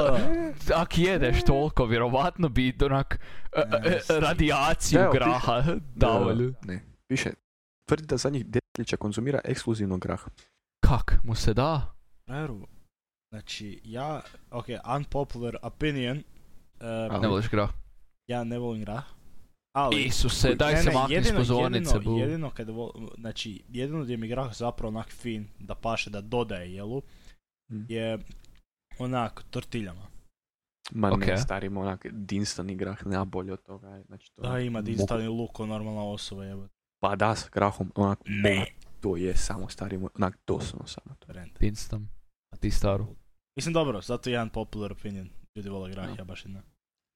A: Ak jedeš toliko, vjerovatno bi onak e, e, e,
B: Yes.
A: radijaciju
C: Da, evo,
A: graha [LAUGHS] dao. lju-
C: Ne. Više, tvrdi da zadnjih desetljeća konzumira ekskluzivno grah.
A: Kak, mu se da?
B: Peru. Znači, ja, ok, unpopular opinion, e,
A: Ne
C: Ali-
A: voliš grah.
B: ja ne volim grah, ali...
A: Isuse, daj
B: Ne,
A: se
B: ne,
A: makni s
B: jedino-
A: pozornice,
B: jedino,
A: bu.
B: jedino kad vo- znači, jedino gdje mi je grah zapravo onak fin, da paše, da dodaje jelu,
C: Mm.
B: je onak tortiljama.
C: Ma ne,
A: Ok.
C: starim, onak, dinstani grah, nema bolje od toga. je. Znači, to
B: Da
C: je
B: ima
C: mogu-
B: digitalni luk ko normalna osoba jebote.
C: Pa da, s grahom, onak, onak, to je samo stari moj, onak, doslovno samo to.
B: Trend.
A: Instam. A ti staru.
B: Mislim dobro, zato je jedan popular opinion. Ljudi vole grah,
C: Da.
B: ja baš i ne.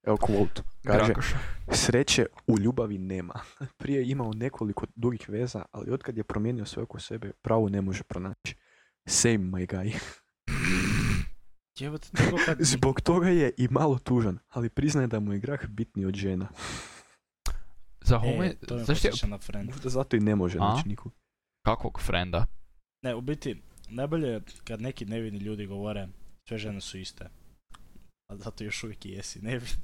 C: Evo quote, kaže,
A: Grakoša.
C: sreće u ljubavi nema. [LAUGHS] Prije je imao nekoliko dugih veza, ali otkad je promijenio sve oko sebe, pravu ne može pronaći. Same my guy. [LAUGHS]
B: Jebote, to [LAUGHS] kad...
A: [LAUGHS]
C: Zbog toga je i malo tužan, ali priznaje da mu je grah bitniji od žena. [LAUGHS]
A: Za
B: E,
A: home...
B: to me
A: Znaš ti,
B: podsjeća na friend.
C: Možda zato i ne može
A: A?
C: naći nikog.
A: kakvog frenda?
B: Ne, u biti, najbolje je kad neki nevini ljudi govore sve žene su iste. A zato još uvijek i jesi nevin.
A: [LAUGHS]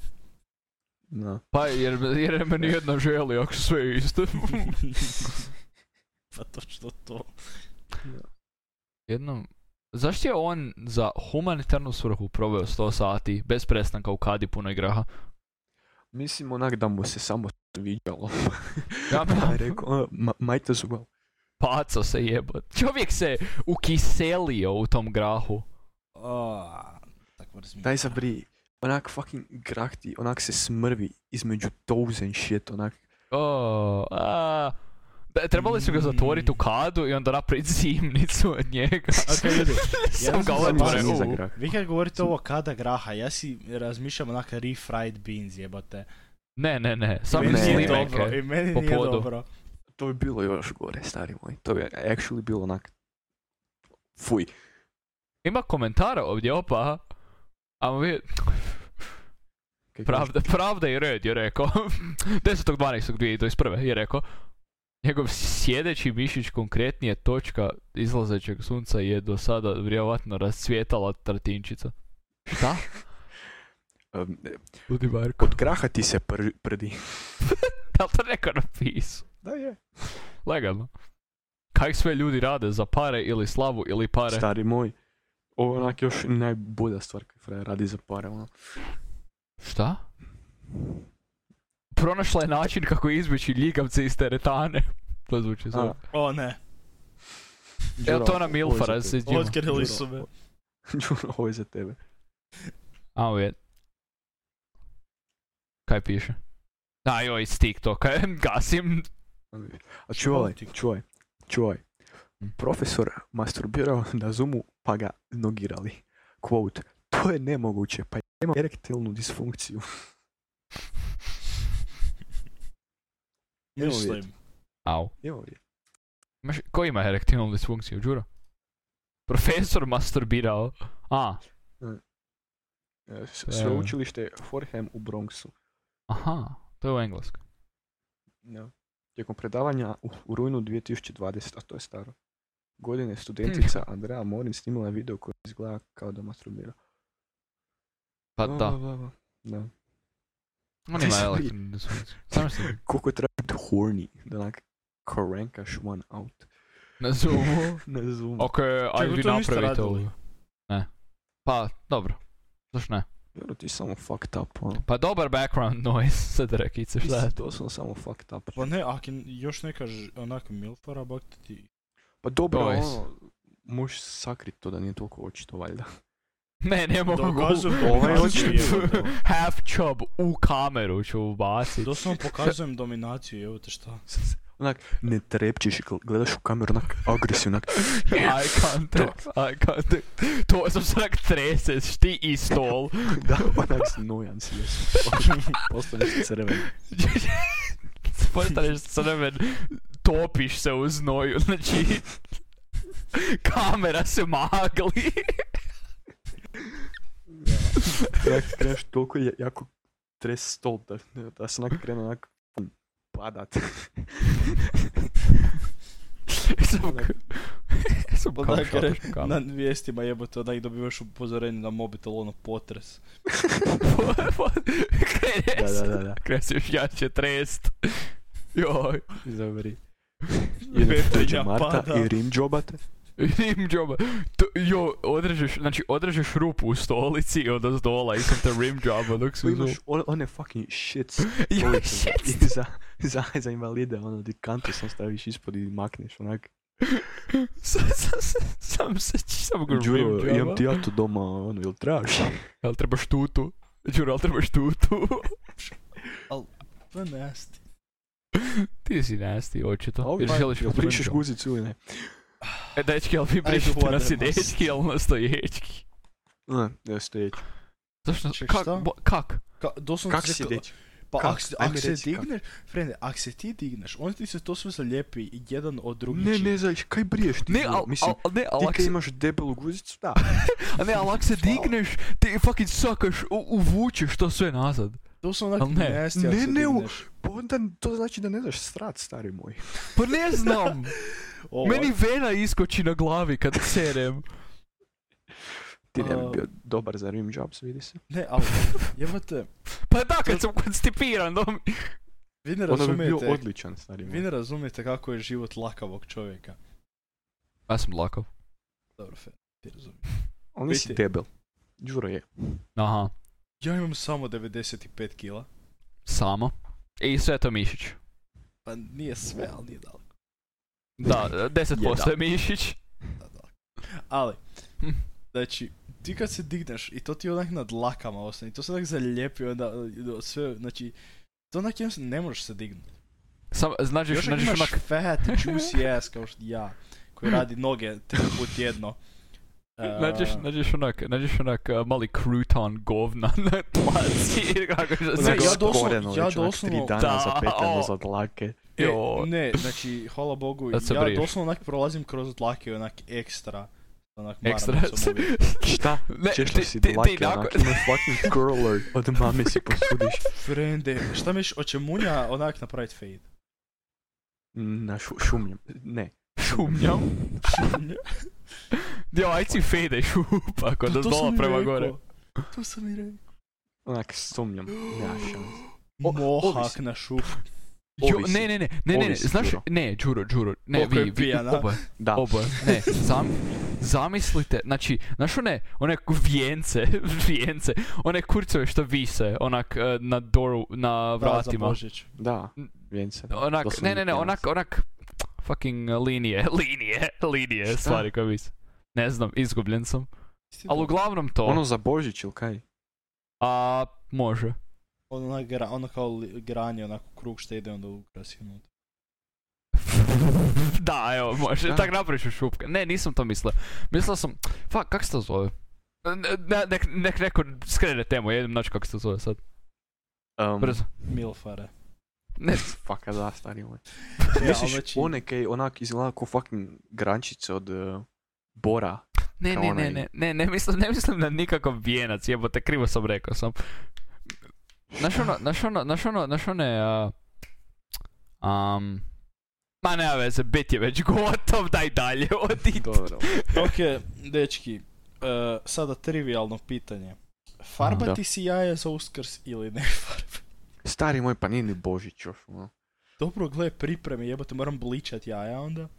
C: Da.
A: Pa jer, jer me nijedna želi, ako su sve
B: [LAUGHS]
A: isto.
B: pa točno to.
A: Jednom... Zašto je on za humanitarnu svrhu proveo 100 sati bez prestanka u kadi punoj graha?
C: Mislim onak da mu se samo sviđalo.
A: Ja
C: [LAUGHS] Pa je
A: pa,
C: rekao, ono, ma, majte zubav.
A: paco se jebot. Čovjek se ukiselio u tom grahu.
B: A, tak mrzim.
C: Daj zabri, onak fucking grah ti, onak se smrvi između toes and shit, onak.
A: O, a, da, trebali su ga zatvoriti u kadu i onda napraviti zimnicu od [LAUGHS] njega.
B: Ok, ljudi,
A: Sam
B: ja sam
A: ga
B: za-
A: otvore,
B: nisam
A: u.
C: za grah.
B: Vi kad govorite ovo kada graha, ja si razmišljam onak refried beans jebote.
A: Ne, ne, ne,
B: I
A: samo e,
B: meni nije
C: slimake
B: dobro, i meni
A: po
B: nije
A: podu.
B: dobro.
C: To bi bilo još gore, stari moj. To bi actually bilo onak... Fuj.
A: Ima komentara ovdje, opa. A vi,
C: Kaj
A: pravda, pravda i red je rekao. [LAUGHS] 10.12.2021. je rekao. Njegov sjedeći mišić konkretnije točka izlazećeg sunca je do sada vjerojatno rascvjetala tratinčica. Šta?
C: kažeš? Um, e,
A: Ludi Marko. [LAUGHS]
C: Od graha ti se pr- prdi.
A: Da li to neko napisao?
C: Da je.
A: Legalno. Kaj sve ljudi rade za pare ili slavu ili pare?
C: Stari moj. Ovo je onak još najbolja stvar kaj frajer radi za pare, ono.
A: Šta? Pronašla je način kako izbjeći ljigavce iz teretane. [LAUGHS] To zvuči zlo.
B: O ne,
A: Evo to na Milfara
C: Ovo je za
A: se
C: tebe.
A: izđima.
B: otkrili su me.
C: Đuro, ovo je za tebe.
A: A je. Kaj piše? A joj, iz TikToka, [LAUGHS] gasim.
C: A čuvaj,
B: ti-
C: čuvaj, čuvaj.
A: Hm.
C: Profesor masturbirao [LAUGHS] na Zoomu pa ga nogirali. Quote, to je nemoguće, pa ima erektilnu disfunkciju. [LAUGHS] Idemo vidjeti.
B: Mislim,
A: Au.
C: Evo je.
A: Imaš, ko ima erektilnu disfunkciju, Đuro? Profesor masturbirao. A,
C: E, s-
A: Da.
C: Sveučilište Forham u Bronxu.
A: aha, to je u engleskom.
C: Tijekom predavanja u, u rujnu 2020, a to je staro, godine studentica
A: Hm.
C: Andrea Morin snimila je video koji izgleda kao da masturbira.
A: Pa
C: Bla,
A: da,
C: bla, bla, bla. Da.
A: on ima
C: Sorry.
A: erektilnu disfunkciju. Samo što
C: Koliko treba biti horny da onak korenkaš one out
A: na Zoomu.
C: na Zoomu.
A: Hm. Ok,
B: Čekaj,
A: ajde vi
B: to niste
A: napravite
B: radili?
A: ovo. Ne. Pa, dobro. Zašto ne?
C: Jero, ti si samo fucked up, ono.
A: Pa dobar background noise, [LAUGHS] sad rekice,
C: Ti
A: šta je
C: si
A: to?
C: doslovno samo fucked up.
B: pa ne, ako još neka ž- onak milfara, bak ti ti...
C: Pa dobro,
A: Noise.
C: ono, možeš sakrit to da nije toliko očito, valjda.
A: Ne, ne mogu.
B: Dokazujem,
A: Ovaj
B: dokazujem,
A: hoće-
B: jebote.
A: [LAUGHS] half chub u kameru ću ubacit.
B: Doslovno pokazujem dominaciju, evo te šta.
C: [LAUGHS] Onak, ne trepčiš, gl- gledaš u kameru, onak, agresivno, onak,
A: [LAUGHS] I contact, I contact. To sam se onak treseš, ti i stol. [LAUGHS]
C: da, onak, znojan si, jesu. Postaneš crven.
A: postaneš crven, topiš se u znoju, znači... Kamera se magli. [LAUGHS]
C: Onak kreneš toliko ja- jako tres stol da, da se onak krene onak pum, padat.
A: Samo [LAUGHS] k- Samo
B: Onak
A: kao
B: reš-
A: šator, kao-
B: Na vijestima jebote, onak dobivaš upozorenje na mobitel, ono potres.
A: Krene
C: Da, da,
A: se-
C: da, da.
A: krene se još jače trest. Joj.
C: [LAUGHS] Izabri.
A: [LAUGHS]
B: Petrinja
C: Marta
B: pada.
C: i rim džobate.
A: Rim joba. To, jo, odrežeš, znači odrežeš rupu u stolici i onda s dola i sam te rim joba dok se
C: Tu pa imaš
A: uzmu.
C: one, one fucking [LAUGHS] shit
A: Joj,
C: stolice za-
A: shit.
C: i [LAUGHS]
A: [LAUGHS]
C: za, za, za invalide, ono di kantu sam staviš ispod i makneš onak.
A: Sam, sam, sam, sam se, sam ga rim
C: Đuro,
A: joba.
C: imam ti ja to doma, ono, jel trebaš?
A: Jel trebaš tutu? Đuro, jel trebaš tutu?
C: [LAUGHS]
B: Pa nasti.
A: Ti si nasty,
B: Pa
C: A
A: očito.
C: ovi,
A: Jer želiš
C: Pa, jel
A: rim
C: brišeš
A: job.
C: guzicu ili ne?
A: E, dečki, jel vi brišete
B: voda,
A: na
B: mas.
A: sidečki, jel na stoječki?
C: Ne, ne stojeći.
A: Zašto?
B: Ček,
A: Kak?
B: šta?
A: bo- Kak?
B: Ka, doslovno
C: Kak
B: se
C: si
B: ka-
C: deći?
B: Pa
C: Kak?
B: ak, se-
C: Ajme
B: ak se
C: reci kak.
B: digneš, frende, ak se ti digneš, onda ti se to sve zalijepi jedan od drugih.
C: Ne, ne, znaš, kaj briješ ti?
A: Ne,
C: Đuro?
A: al,
C: Mislim,
A: al, ne, al,
C: ti
A: ak
C: kaj
A: se-
C: imaš debelu guzicu, da.
A: a ne, al, ak se digneš, ti fucking sakaš, u- uvučeš to sve nazad.
B: Doslovno onak
A: Al ne.
B: nasty ak
C: Ne,
B: se
C: ne, u-
B: digneš.
C: Pa onda to znači da ne znaš strat, stari moj.
A: Pa ne znam!
B: O,
A: Meni vena iskoči na glavi kad serem.
C: Ti ne bi
B: A-
C: bio dobar za rim jobs, vidi se.
B: Ne, ali, jebate,
A: Pa da, kad sam konstipiran, da mi-
B: vi ne
C: Onda Ono bi bio
B: razumijete,
C: odličan, stari
B: vi
C: moj.
B: ne razumijete kako je život lakavog čovjeka.
A: Ja sam lakav.
B: Dobro, Fred, ti razumiješ.
C: Ali nisi
B: biti-
C: debel. Đuro je.
A: Aha,
B: Ja imam samo 95 kila.
A: samo. I sve to mišić.
B: Pa nije sve, ali nije daleko. [LAUGHS] Hm,
A: Da, 10% je
C: Jedan.
A: mišić.
B: Da, daleko. Ali,
A: Hm.
B: znači, ti kad se digneš i to ti onak nad lakama ostane, i to se onak zalijepi onda e, sve, znači, to onak jednostavno ne možeš se dignuti.
A: Sam, znaš,
B: Još ako
A: znaš
B: imaš
A: onak...
B: fat, juicy ass kao što ja, koji radi noge tri put jedno. E,
A: Nađeš, nađeš onak, nađeš onak uh, mali crouton govna [LAUGHS] na tlaci [LAUGHS] i kako što
B: Ne,
A: se...
B: ja
C: Onak
B: doslovno-
C: skoreno
B: ja
C: već, onak
B: doslovno-
C: tri dana
A: Da,
C: zapetljano
A: o.
C: za dlake.
B: e,
A: Joj.
B: ne, znači, hvala Bogu, ja
A: Sad se briješ.
B: doslovno onak prolazim kroz dlake onak ekstra. Onak
A: Ekstra. [LAUGHS]
B: maramicom uvijek.
C: Šta?
A: Ne,
C: Češljaš si
A: ti
C: dlake,
A: nakon-
C: onak imaš fucking curler. Od mame si posudiš.
B: Frende, šta misliš, oće munja onak napravit fade?
C: Na šu, šumnjam. Ne.
A: Šumnjam. Dio, aj si fede [LAUGHS] šupa, kod da
B: Pa To- to sam
A: dola
B: i
A: prema
B: rekao.
A: gore.
B: To sam i rekao.
C: Onak sumnjam. ono. Nema
B: [GASPS]
C: šanse. O,
B: Mohak
C: ovisi.
B: na šup.
A: Jo,
C: Ovisi.
A: ne, ne, ne, ne, ne, ne,
C: Ovisi,
A: znaš,
C: Đuro.
A: ne, Đuro, Đuro, ne,
B: Koliko je
A: vi, vi,
B: pijana.
A: oboje,
C: Da.
A: oboje, ne, zam, zamislite, znači, znaš one, one vijence, [LAUGHS] vijence, one kurcove što vise, onak, eh, na doru, na
B: Da, za
A: vratima,
B: Božić.
C: Da. Vjence. da. To
A: onak,
C: su
A: ne, ne, ne,
C: nikad
A: onak, onak, fucking eh, linije, [LAUGHS] linije, linije,
C: Šta?
A: stvari koje vise, ne znam, izgubljen sam,
B: Istina,
A: ali uglavnom to,
C: Ono za Božić ili kaj?
A: a, može, [LAUGHS]
B: Ono, onak gra- ono kao li- granje, onako krug što ide onda u krasinu.
A: da,
C: [LAUGHS]
A: evo, može,
C: Šta?
A: tak napraviš u šupke. Ne, nisam to mislio. Mislio sam, fuck, kak se to zove? Ne- ne- nek, nek neko skrene temu, jedem znači kako se to zove sad.
C: Um,
A: Brzo.
B: Milfare.
C: [LAUGHS]
A: Ne,
C: Faka da, stari moj.
B: Ja,
C: Misliš
B: ali znači-
C: one kaj onak izgleda ko fucking grančice od uh, Bora?
A: ne,
C: Kao
A: ne,
C: onaj-
A: ne, ne, ne, ne, mislim, ne mislim na nikakav vijenac, jebote, krivo sam rekao sam. Znaš ono, znaš ono, znaš ono, znaš one, a, um, ma nema veze, bit je već gotov, daj dalje, [LAUGHS] odi.
C: Dobro.
B: Ok, dečki, e, sada trivialno pitanje.
C: Da.
B: Farbati si jaje za uskrs ili ne farbati?
C: Stari moj, pa nije ni Božić još. ono.
B: [LAUGHS] Dobro, gle, pripreme, jebote, moram bličat jaja onda.
A: [LAUGHS]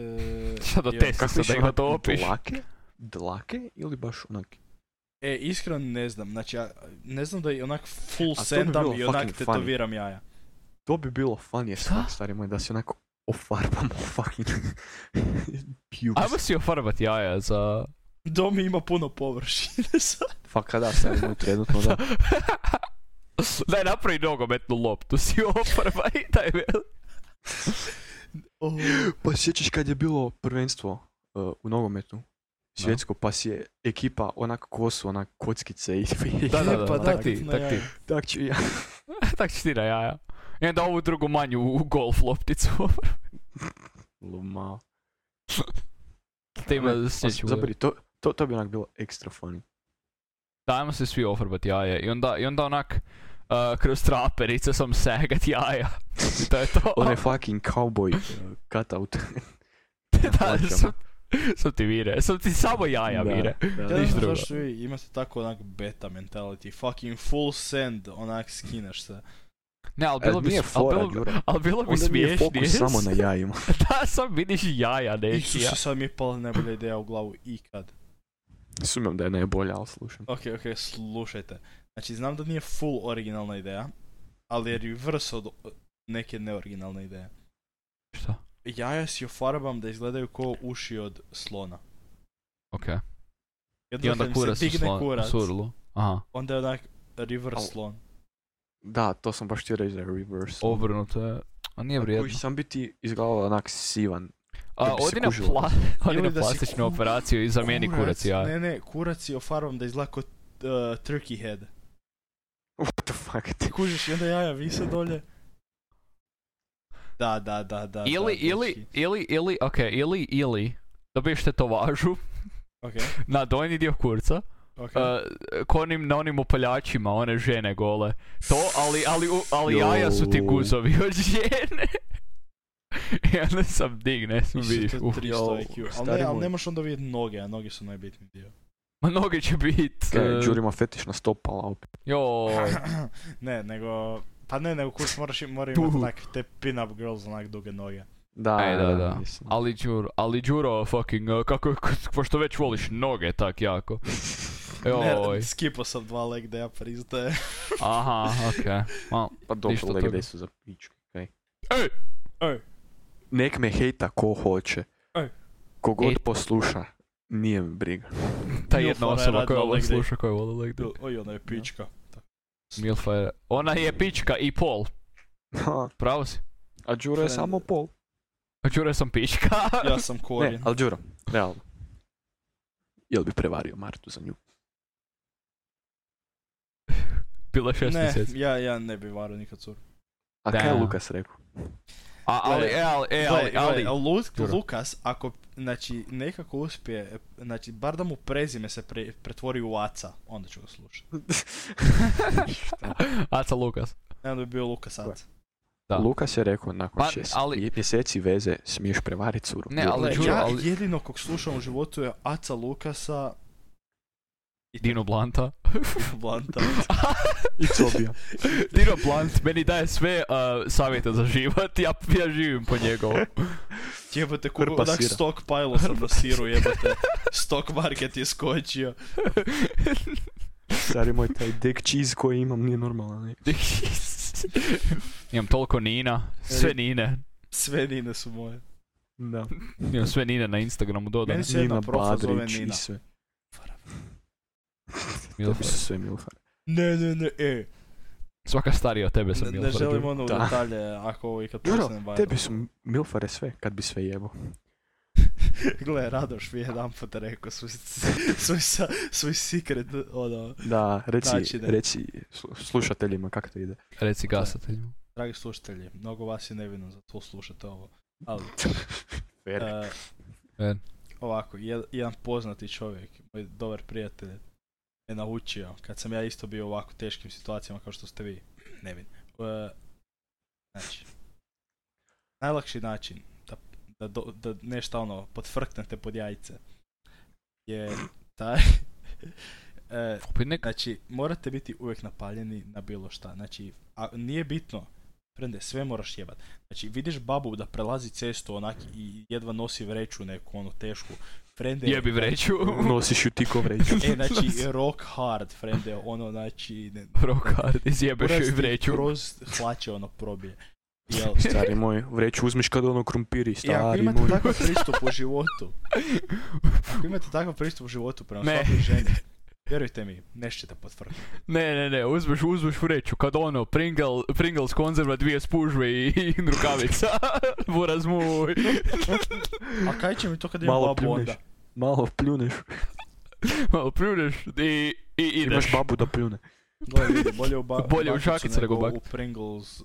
B: E,
A: Sad do
B: joj.
A: testa
C: Kako
A: da
C: više
A: ga
C: onak
A: to opiš.
C: Dlake? Dlake ili baš onak?
B: E, iskreno ne znam, znači, ja ne znam da je onak full
C: A to bi
B: sentam
C: bilo
B: i onak
C: fucking funny.
B: tetoviram jaja.
C: To bi bilo funny as
A: Šta?
C: fuck, stari moj, da se onako ofarbamo [LAUGHS] fucking pubes.
A: Ajmo si ofarbat jaja za...
B: Dom ima puno površine [LAUGHS]
A: [LAUGHS]
B: sad.
C: Faka da, stari moj, trenutno da.
A: Daj, napravi nogometnu loptu, [LAUGHS] si oprva i daj veli.
B: O,
C: Pa sjećaš kad je bilo prvenstvo uh, u nogometu? Svjetsko, pa si je ekipa onak kosu, onak kockice i...
A: Da, da,
B: e,
C: [LAUGHS]
A: da,
B: pa
A: tak
B: da,
A: ti,
B: na
A: tak ti.
B: jaja.
C: Tak ću ja.
A: Tak ćeš ti na jaja. I onda ovu drugu manju u golf [LAUGHS] lopticu.
C: Luma.
A: Te ima
C: Ne,
A: sljedeću godinu.
C: Zabri, to, to, to bi onak bilo ekstra
A: [LAUGHS]
C: funny.
A: Da, ajmo se svi ofarbat jaje. I onda, i onda onak, uh, kroz traperice sam segat jaja. [LAUGHS] I to je to.
C: Onaj fucking cowboy uh, cutout.
A: [LAUGHS] da, sam, sam ti vire. Sam ti samo jaja
C: Da,
A: vire.
C: da,
B: Ja
C: da.
B: ne
A: Ništa
B: znam
A: drugo.
B: zašto vi imate tako onak beta mentality, fucking full send, onak skineš se.
A: Ne, ali
C: E,
A: bilo bi,
C: nije
A: s- ali
C: fora,
A: bilo, bi-
C: Đura.
A: ali bilo bi
C: Onda mi je
A: smiješnije.
C: fokus samo
A: [LAUGHS]
C: na jajima.
A: da, sam vidiš jaja neki. Ja.
B: Isuse, sad mi je pala najbolja ideja u glavu ikad.
C: Sumnjam da je najbolja, ali slušam.
B: Ok, ok, slušajte. Znači, znam da nije full originalna ideja, ali je reverse od neke neoriginalne ideje.
A: Šta?
B: Jaja si ofarbam da izgledaju ko uši od slona.
A: Okej.
B: Jedno
A: I onda
B: kad mi se
A: kurac u
B: digne
A: slon-
B: kurac,
A: surlu. Aha,
B: onda je onak reverse
C: Au.
B: slon.
C: Da, to sam baš htio reći da je reverse.
A: obrnuto je. A nije
C: Koji
A: vrijedno.
C: će sam biti izglava onak sivan. [LAUGHS] da
A: A,
C: bi se
A: odi na,
C: kužilo.
A: pla... odi
B: Ili
A: na
B: da si
A: plastičnu
B: ku-
A: operaciju i zamijeni kurac jaja.
B: Ne, ne, kurac je ofarbam da izgleda ko uh, turkey head.
C: What the fuck?
B: Kužiš, i onda jaja vise dolje. Da, da, da, da.
A: Ili,
B: da,
A: ili,
B: dečki.
A: ili, ili, okej, ili, ili. Dobiješ tetovažu
B: Okej,
A: na donji dio kurca.
B: okej.
A: Uh, ko onim, na onim opaljačima, one žene gole. [LAUGHS] To, ali, ali, u- ali
C: Joj.
A: jaja su ti guzovi od žene. I onda sam digne, sam
B: Isto
A: vidiš.
B: to
A: Uh,
B: 300
C: jau,
B: IQ. Ali
C: stari
B: ne, ali
C: moj.
B: ne možeš onda vidjeti noge, a noge su najbitniji dio.
A: ma noge će bit.
C: Kaj,
A: uh,
C: Đurima fetišna stopala opet.
A: joj.
B: [COUGHS] ne, nego... Pa ne, nego kurs moraš im- moraju
A: Tu.
B: imati onak te pin-up girls onak duge noge.
C: Da,
A: Aj, da, da.
C: mislim.
A: Ali Đuro, ali Đuro fucking, uh, kako, k- pošto već voliš noge tak jako. Joj,
B: Ne, skipo sam dva leg da ja priznajem.
A: aha, okej. Mal-
C: Pa dobro,
A: Ništa od
C: leg
A: toga.
C: day su za pičku. kaj.
A: Ej,
C: Nek me hejta ko hoće.
B: Ej.
C: Kogod
A: Ej. E.
C: posluša, nije mi briga.
A: ta
B: Milf
A: jedna
B: ona je
A: osoba koja
B: radila
A: ovo
B: leg day.
A: sluša, koja voli leg day.
B: Oj, ona je pička.
A: Milfa je, ona je pička i pol,
C: [LAUGHS] Ha,
A: pravo si.
C: A Đuro je
B: Fren-
C: samo pol.
A: A Đuro sam pička. [LAUGHS]
B: Ja sam
C: Ne,
B: korijen.
C: ali Đuro, realno. Jel bi prevario Martu za nju?
A: Bilo je šest
B: Ne,
A: mjeseci.
B: ja, ja ne bi varao nikad curu.
C: A
A: Da.
C: kaj je
A: [LAUGHS]
C: Lukas rekao?
A: A, ali, e, ali, e, ali,
B: Gle,
A: ali,
B: gle, a Lu-
A: Dobro.
B: Lukas, ako znači, nekako uspije, e, znači, bar da mu prezime se pre- pretvori u Aca, onda ću ga slušati.
A: [LAUGHS] Aca Lukas.
B: Ne, onda bi bio Lukas Aca.
A: Da.
C: Lukas je rekao nakon
A: Pa,
C: šest
A: ali-
C: mje- mjeseci veze smiješ prevariti curu.
A: Ne,
C: Jel-
A: ali
B: Gle,
A: Đuro,
B: ja
A: ali-
B: jedino kog slušam u životu je Aca Lukasa [LAUGHS] i
A: Dino Blanta.
B: Blanta.
C: I Cobija.
A: Dino Blant meni daje sve uh, savjete za život, ja, ja živim po
B: [LAUGHS]
A: njegovu.
B: Jebote, kako
C: Hrpa
B: onak
C: sira.
B: stock pile sam na siru, jebote. Stock market je skočio.
C: Stari moj, taj dick cheese koji imam nije normalan. ne.
A: Imam toliko Nina, sve Nine.
B: Sve Nine su moje.
C: Da.
A: Imam sve Nine na Instagramu dodane.
B: Meni se jedna profa zove
C: Badrić i
B: Nina.
C: sve. To
A: Milf.
C: bi se sve milfar.
B: Ne, ne, ne, e.
A: Svaka starija od tebe sam
B: Ne,
A: Milf.
B: ne želim ono u
C: Da.
B: detalje, ako ovo ikad
C: Juro,
B: postanem viral.
C: tebi su milfare sve, kad bi sve jebo.
B: Gle, Radoš mi je jedan put rekao svoj, svoj, sa- svoj secret, ono,
C: Da, reci,
B: Načine.
C: reci slu- slušateljima kako to ide.
A: Reci
B: Da.
A: gasateljima.
B: dragi slušatelji, mnogo vas je nevino za to slušate ovo, ali,
C: Fair.
B: e,
A: Fair.
B: ovako, jed- jedan poznati čovjek, moj dobar prijatelj, me naučio, kad sam ja isto bio u ovako teškim situacijama kao što ste vi, nevin, e, znači, najlakši način da, da, do- da nešto ono, potvrknete pod jajice, je taj, [LAUGHS] e,
A: Opet nek...
B: Znači, morate biti uvijek napaljeni na bilo šta. Znači, a, nije bitno. Prende, sve moraš jebat. Znači, vidiš babu da prelazi cestu onak i jedva nosi vreću neku, ono, tešku. Frende,
A: Jebi vreću. [LAUGHS]
C: Nosiš ju ti ko vreću.
B: E, znači, rock hard, frende, ono, znači, ne,
A: Rokard, izjebeš joj
B: kurac ti
A: vreću.
B: kroz hlače, ono, probije. Jel?
C: [LAUGHS] Stari moj, vreću uzmiš kad ono krumpiri,
B: E, ako
C: stari
B: imate
C: moj.
B: takav pristup u životu, ako imate takav pristup u životu prema
A: Ne.
B: svakoj ženi, vjerujte mi, nećete potvrknuti.
A: [LAUGHS] Ne, ne, ne, uzmeš, uzmeš vreću, kad ono, Pringle, Pringles konzerva, dvije spužve i, [LAUGHS] i rukavica, buraz
C: [LAUGHS]
A: moj.
B: A kaj će mi to kad imam
C: Malo
B: babu
C: pljuneš,
B: onda?
C: malo pljuneš.
A: Malo pljuneš i, i ideš.
C: Imaš babu da pljune.
B: Gle, vidi, bolje u, ba-
A: Bolje u
B: bakicu
A: šakicu nego u
B: nego
A: bakicu.
B: u Pringles eh,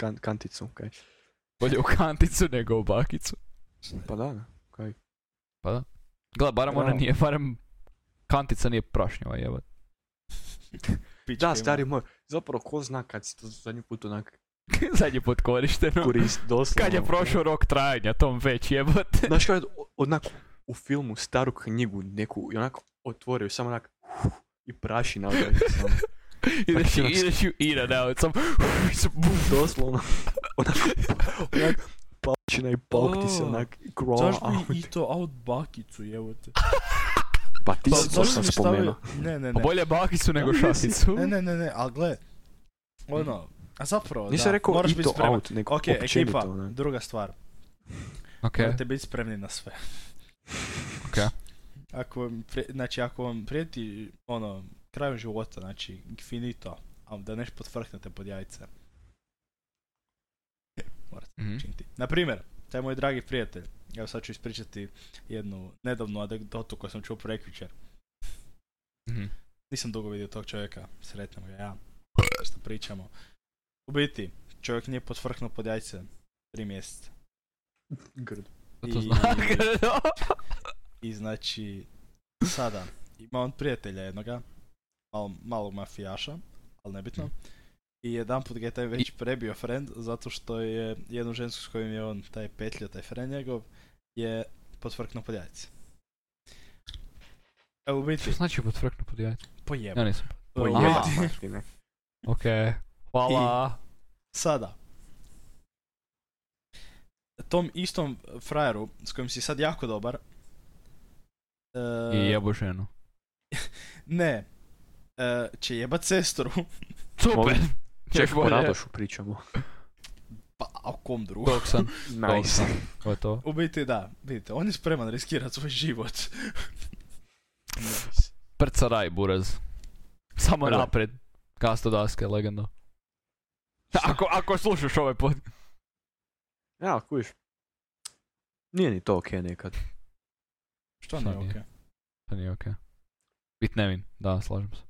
C: Kan, kanticu, kaj.
A: Bolje u kanticu nego u bakicu.
C: Pa da, da,
B: Znači
C: kaj.
A: Gle, barem ona
C: Bravo.
A: nije, barem kantica nije prašnjava jebat. [LAUGHS]
B: Pička
C: Da,
B: ima.
C: stari moj, zapravo ko zna kad si to zadnji put onak
A: Zadnji put korišteno.
C: korist, doslovno. ono.
A: Kad je prošao rok trajanja, tom već jebote.
C: Znaš kad onak u filmu staru knjigu neku i onako otvorio samo onak i prašina [LAUGHS] odlazi samo.
A: ideš,
C: onak-
A: ideš u Ina da, [LAUGHS] sam...
C: Doslovno. Onak, onak palčina i pauk ti se
B: A,
C: onak grow
B: Zašto bi i
C: out.
B: to out bakicu jebote?
C: [LAUGHS] Pa ti
A: Pa
C: si to
B: zašto
C: sam
B: bi stavio-
C: spomenuo.
B: Ne, ne,
A: Pa
B: ne.
A: bolje bakicu nego
C: Da, nisi.
A: šakicu.
B: Ne, ne, ne, ne, ali gle. Ono, a zapravo,
C: Nisam
B: da,
C: rekao
B: moraš
C: i
B: biti
C: to
B: spreman.
C: out, nego
B: Ok,
C: općenito. ono.
B: ekipa,
C: onak.
B: druga stvar.
A: Ok,
B: Morate biti spremni na sve.
A: Ok.
B: Ako vam, pri- znači, ako vam prijeti, ono, krajem života, znači, finito, a da nešto potvrknete pod jajce,
A: mhm.
B: činiti. Naprimjer, taj moj dragi prijatelj, evo sad ću ispričati jednu nedavnu anegdotu koju sam čuo prekvičer.
A: Mhm.
B: Nisam dugo vidio tog čovjeka, sretnemo ga ja, što pričamo. U biti, čovjek nije potvrknuo pod jajce tri mjeseca.
C: Grdo.
A: Što to
B: I-
A: [LAUGHS] znači?
B: I znači, sada, ima on prijatelja jednoga, malo, malog mafijaša, ali
A: Mhm.
B: nebitno. I jedan put ga je taj već prebio friend, zato što je jednu žensku s kojim je on taj petljo, taj friend njegov, je potvrknuo pod jajce. Evo u
A: [LAUGHS]
B: biti,
A: Što znači potvrknu pod jajce?
B: pojem.
A: Ja nisam.
C: Pojeba
A: Aha.
C: materine.
A: Ok, hvala.
B: Sada. Tom istom frajeru, s kojim si sad jako dobar,
A: I
B: e,
A: jebo ženu.
B: ne, e, će jebat sestru. [LAUGHS]
A: [LAUGHS] Super!
C: Molim?
A: Češ
C: Čekaj, o
A: bolje.
C: Radošu pričamo.
B: Pa, a o kom drugu?
A: Dok sam, Dok
C: Nice.
A: sam. to je to.
B: U biti da, vidite, on je spreman riskirati svoj
C: [LAUGHS]
B: život.
C: Nice.
A: Prcaraj, buraz. Samo
C: Prvo.
A: naprijed. Kasto daske, legenda. [LAUGHS] Ako, ako slušaš ovaj pod...
C: Ja, kuviš. Nije ni to okej [LAUGHS] nekad.
B: Što ne,
A: Šta nije?
B: okej.
A: To nije okej. Bit nevin, da, slažem se.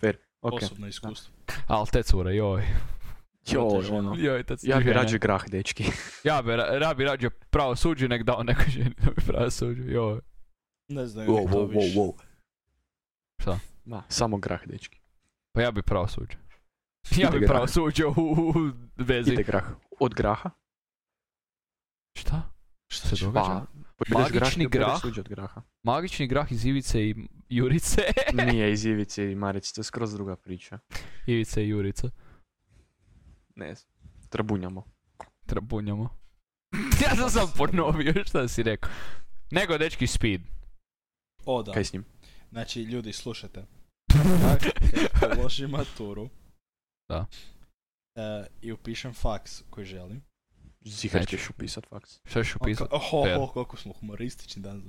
C: Fair, okej.
B: Osobno iskustvo.
A: Al te cure, joj.
C: Joj, ono.
A: Joj, te
C: Ja bi
A: žene.
C: rađe grah, dečki.
A: Ja bi, ra- ja bi rađe pravo suđi nek dao nekoj ženi da bi pravo suđi, joj.
B: Ne znam
C: Wow,
B: wow, to
C: wow, wow,
B: više.
C: wow.
A: Šta?
C: Ma, samo grah, dečki.
A: Pa ja bi pravo suđe. Ja
C: Ide
A: bi
C: grah.
A: pravo suđe u, u vezi.
C: Ide grah. Od graha?
A: Šta?
B: Šta
A: se
B: će-
A: događa?
C: Pa, pojedeš grah
A: Magični
C: i grah?
A: grah?
C: suđe od graha.
A: Magični grah iz Ivice i [LAUGHS] Jurice.
C: Nije iz Ivice i Marice, to je skroz druga priča.
A: Ivice i Jurica.
C: Ne znam. Trabunjamo.
A: Trabunjamo. [LAUGHS] ja sam sam ponovio šta si rekao. Nego dečki speed.
B: O da,
C: Kaj s njim?
B: znači ljudi slušajte. Tak, kad
A: [LAUGHS]
B: položim maturu.
A: Da.
B: e, I upišem faks koji želim.
C: Zihar
A: Nećeš.
C: ćeš upisat faks.
A: Šta ćeš upisat?
B: Oho,
A: fair.
B: oho, koliko smo humoristični danas.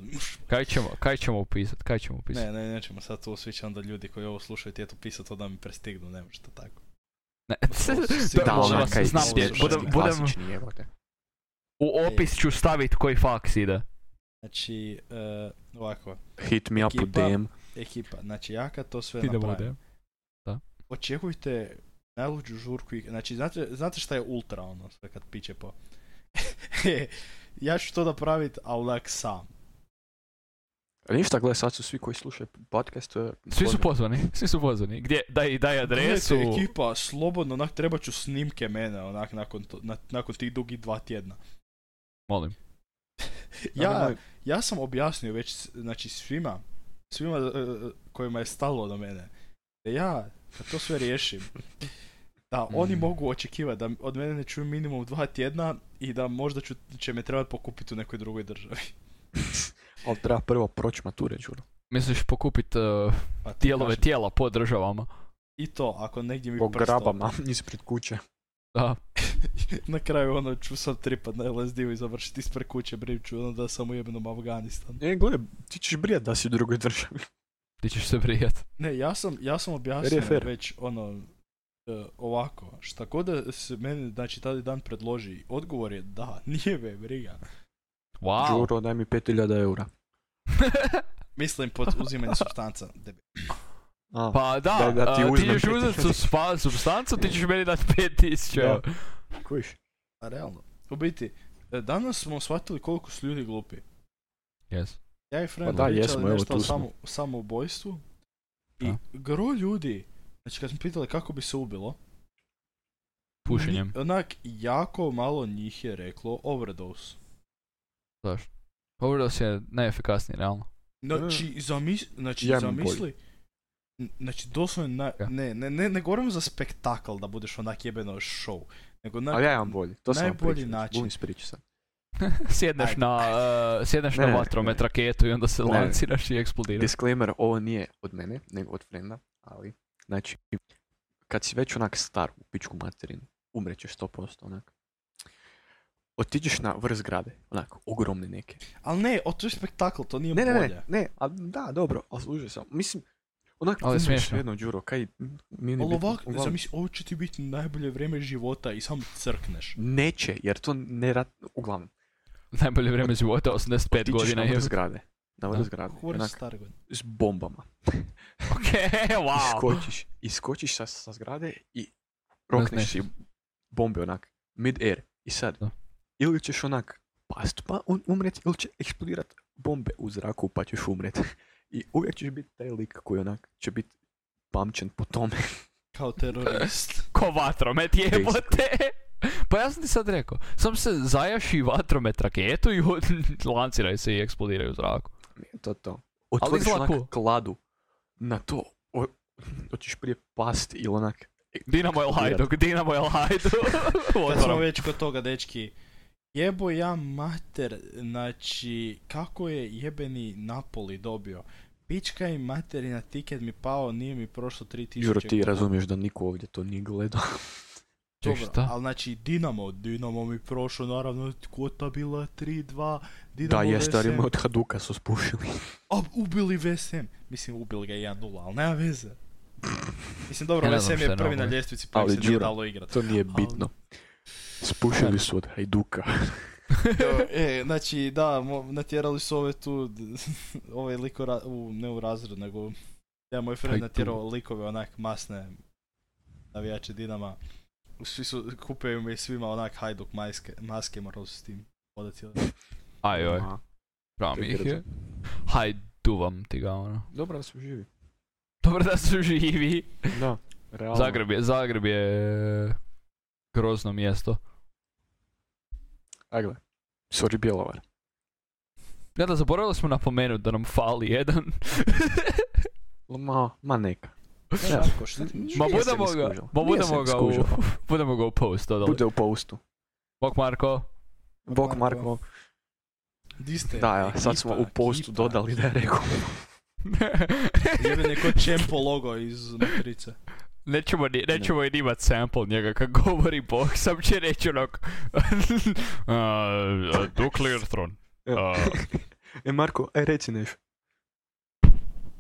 A: Kaj ćemo, kaj ćemo upisat? Kaj ćemo upisat?
B: Ne, ne, nećemo sad to svi će onda ljudi koji ovo slušaju ti eto pisati to da mi prestignu, nema što tako.
A: Ne.
B: [LAUGHS] To su sigurno
A: Da, molim
B: žene
A: vas,
B: koji
A: znam,
B: slušaju.
A: budem- budem-
C: klasični, evo te.
A: U opis ću stavit koji faks ide.
B: Znači, e, ovako,
C: Hit me up u
B: Ekipa.
C: DM.
B: ekipa, znači ja kad to sve
A: Idemo
B: napravim,
A: ovdje.
B: očekujte najluđu žurku, ik- znači znate, znate šta je ultra ono, sve kad piće po [LAUGHS] ja ću to napravit, a onak sam.
C: Ali ništa, gle, sad su svi koji slušaju podcast... eh,
A: Svi su
C: pozvani.
A: pozvani, svi su pozvani. Gdje, daj, daj adresu.
B: Gledajte, ekipa, slobodno, onak trebat ću snimke mene, onak nakon, to- na- nakon tih dugih dva tjedna.
A: Molim.
C: Ali
B: Ja,
C: moj-
B: ja sam objasnio već, s- znači svima, svima e, kojima je stalo do mene, da ja kad to sve riješim, da oni
A: [LAUGHS] Mhm.
B: mogu očekivati da od mene ne čuju minimum dva tjedna i da možda ću, će me trebati pokupiti u nekoj drugoj državi. [LAUGHS]
C: Ali treba prvo proći mature, Đuro.
A: Misliš pokupit uh,
B: Pa ti
A: dijelove
B: kažem,
A: tijela po državama?
B: I to, ako negdje mi
C: Po
B: prstom-
C: grabama, ispred kuće.
A: Da.
B: [LAUGHS] na kraju ono ću sad tripat na LSD-u i završiti ispred kuće, brinut ću ono da sam u jebenom Afganistanu.
C: E, gle, ti ćeš brijat da si u drugoj državi.
A: Ti ćeš se brijat.
B: Ne, ja sam, ja sam objasnio
C: Fair je fair.
B: već ono e, ovako, šta god da se meni znači taj dan predloži, odgovor je da, [LAUGHS] nije me briga.
A: Wow.
C: Đuro, daj mi 5000 eura.
D: [LAUGHS]
B: Mislim pod uzimanje substanca. debil.
C: A,
A: [LAUGHS] Pa da,
C: Da- da ti
A: a, ti,
C: uzmem
A: ćeš uzeti
C: 5000.
A: sva- substancu, ti ćeš meni dati 5000
C: Da.
A: eura.
C: kojiš?
B: A realno. U biti, e, danas smo shvatili koliko su ljudi glupi.
A: Yes.
B: Ja i Fred
D: Pa da,
B: pričali
D: jesmo, evo,
B: nešto o
D: tu smo.
B: samo, samoubojstvu. I
A: Da.
B: gro ljudi, znači kad smo pitali kako bi se ubilo,
A: Pušenjem.
B: ni- onak jako malo njih je reklo overdose.
A: Zašto? Overdose je najefikasniji,
C: [LAUGHS]
A: realno.
B: Znači, zamis, znači
D: Jam
B: zamisli, n- znači doslovno, na,
A: Ja.
B: ne, ne, ne, ne govorim za spektakl da budeš onak jebeno show, nego onak,
C: Ali ja imam bolji. To sam vam
B: najbolji
C: pričao, znači,
B: način.
C: Bum iz priče sad.
A: sjedneš
B: Ajde.
A: na, uh, sjedneš
C: Ne,
A: na
C: ne,
A: vatromet
C: ne.
A: raketu i onda se
C: Ne.
A: lanciraš i eksplodiraš.
C: Disclaimer, ovo nije od mene, nego od frenda, ali, znači, kad si već onak star u pičku materinu, umrećeš 100% onak. Otiđeš na vrh zgrade, onak, ogromne neke.
B: ali ne, o, to je spektakl, to nije
C: Ne, ne,
B: bolje.
C: ne, ne, a da, dobro, ali služe sam. Mislim, onak,
A: Ali je
C: umreš
A: smiješno.
C: svejedno, Đuro, kaj, nije ni
B: Ali
C: bitno.
B: ovak,
C: Uglavnom,
B: zamisli, ovo će ti biti najbolje vrijeme života i samo crkneš.
C: Neće, jer to ne rat... Uglavnom,
A: Najbolje vrijeme života, 85
C: otiđeš
A: godina.
C: na
A: je.
C: vrh zgrade. Na vrh
A: Da.
C: zgrade,
B: Kako
C: onak,
B: moraš star god.
C: s bombama.
A: [LAUGHS] Ok, wow.
C: Iskočiš, iskočiš sa, sa zgrade i rokneš si bombe onak, mid air. I sad,
A: Da.
C: ili ćeš onak past pa on umret, ili će eksplodirat bombe u zraku pa ćeš umret. [LAUGHS] I uvijek ćeš biti taj lik koji onak će biti pamćen po tome. [LAUGHS]
B: Kao terorist.
A: Ko vatromet jebote. Pa ja sam ti sad rekao, sam se zajaši vatromet raketu i od- [LAUGHS] lanciraju se i eksplodiraju u zraku.
C: Nije to to. Otvoriš
A: izgleda
C: onak
A: cool.
C: kladu na to. O, hoćeš prije past ili onak...
A: Dinamo je lajduk, Dinamo je
B: [LAUGHS]
A: lajduk.
B: Kad smo
A: Otvaram.
B: već kod toga, dečki, jebo ja mater, znači, kako je jebeni Napoli dobio? Pička i materina tiket mi pao, nije mi prošlo 3000
C: Juro, ti
B: kuna.
C: razumiješ da niko ovdje to nije gledao.
A: Ček,
B: Dobro,
A: šta?
B: ali znači Dinamo, Dinamo mi prošlo, naravno, kvota bila 3-2,
C: Da,
B: Dinamo
C: jeste, ali
B: VSM,
C: od Haduka su spušili.
B: a ubili VSM, mislim ubili ga 1-0, ali nema veze. Mislim, dobro,
A: Ja ne znam
B: VSM
A: šta
B: je
A: je
B: prvi na
A: nogomet.
B: ljestvici, pa im
C: Ali
B: se nije
C: Đuro,
B: dalo
C: [LAUGHS]
B: igrat.
C: To nije bitno. Spušili su od Hajduka.
B: Evo, e, znači, da, mo- natjerali su ove tu, [LAUGHS] d- ovaj lik u, ra- u- ne u razred, nego ja moj friend
A: Hajdu.
B: natjerao likove onak masne navijače Dinama. Svi su, kupio mi svima onak hajduk maske, maske morali su s tim hodati. cijeli dan.
A: Ajoj,
C: Aha,
A: žao mi ih je. Haj, duvam ti ga ono.
C: Dobro da su živi.
A: Dobro da su živi.
C: Da, realno.
A: Zagreb je, Zagreb je e, grozno mjesto.
C: A gle, sorry Bjelovar.
A: Ne da, zaboravili smo napomenuti da nam fali jedan.
C: Ma, ma neka.
B: [LAUGHS] Ne, Marko, šta ti misliš?
A: Ma
C: Nije se
A: budemo
C: mi
A: ga, ma budemo
C: skužilo. Nije se mi
A: ga u,
C: skužilo.
A: [LAUGHS] budemo ga u post dodali.
C: Bude u postu.
A: Bok Marko.
C: Bok Marko.
B: Di ste?
C: Da, evo, sad smo u
B: Ekipa,
C: postu
B: ekipa.
C: dodali da je rekao. [LAUGHS]
B: Jebeni ko čempo logo iz matrice.
A: nećemo ni, nećemo i nimat sample njega kad govori Bog, [LAUGHS] sam će reći onak uh, Nuclear Throne. A.
C: [LAUGHS] e Marko, aj reci nešto.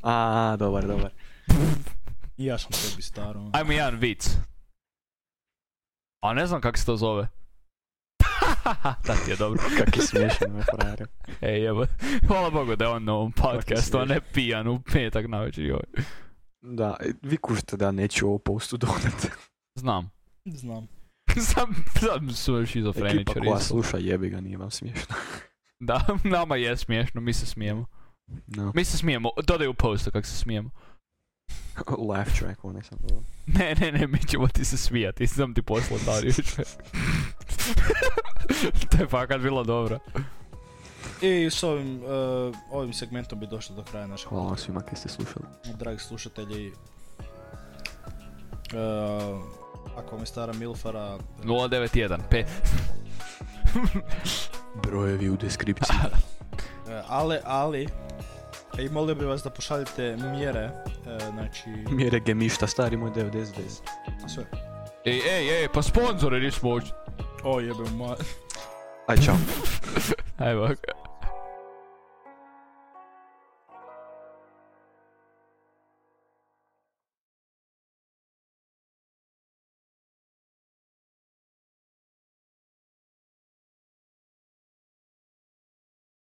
C: A, dobar, dobar.
B: I ja sam tebi staro.
A: Ajmo jedan vic. A ne znam kako se to zove. [LAUGHS] da ti je dobro.
C: [LAUGHS] Kak je smiješan me frajer.
A: Ej, jebo. Hvala Bogu da je on na ovom podcastu, a ne pijan u petak navečer. joj.
C: Da, e, vi kužite da neću ovo postu dodat.
A: [LAUGHS] Znam.
B: Znam.
A: sam, sam su
C: Ekipa
A: šizofreničar.
C: koja
A: isto.
C: sluša jebi ga, nije vam smiješno.
A: Da, [LAUGHS] nama je smiješno, mi se smijemo.
C: No.
A: Mi se smijemo, dodaj u postu kako se smijemo.
C: [LAUGHS]
A: [LAUGHS]
C: Laugh track, ovo nisam dobro.
A: Ne, ne, ne, mi ćemo ti se smijati, sam ti poslao Dario jučer. [LAUGHS] to je fakat bilo dobro.
B: I s ovim, e, ovim segmentom bi došlo do kraja našeg
C: Hvala vam svima koji ste slušali.
B: dragi slušatelji, e, ako vam je stara Milfara, eh,
A: 091, [LAUGHS] pe...
C: Brojevi u deskripciji.
B: e, ali, ali, i molio bi vas da pošaljete mjere, e, znači,
C: [LAUGHS] Mjere gemišta, stari moj 90
B: sve.
A: Ej, ej, ej, pa sponzore nismo oči.
B: O jebe ma...
C: Aj, čao.
A: Ajmo.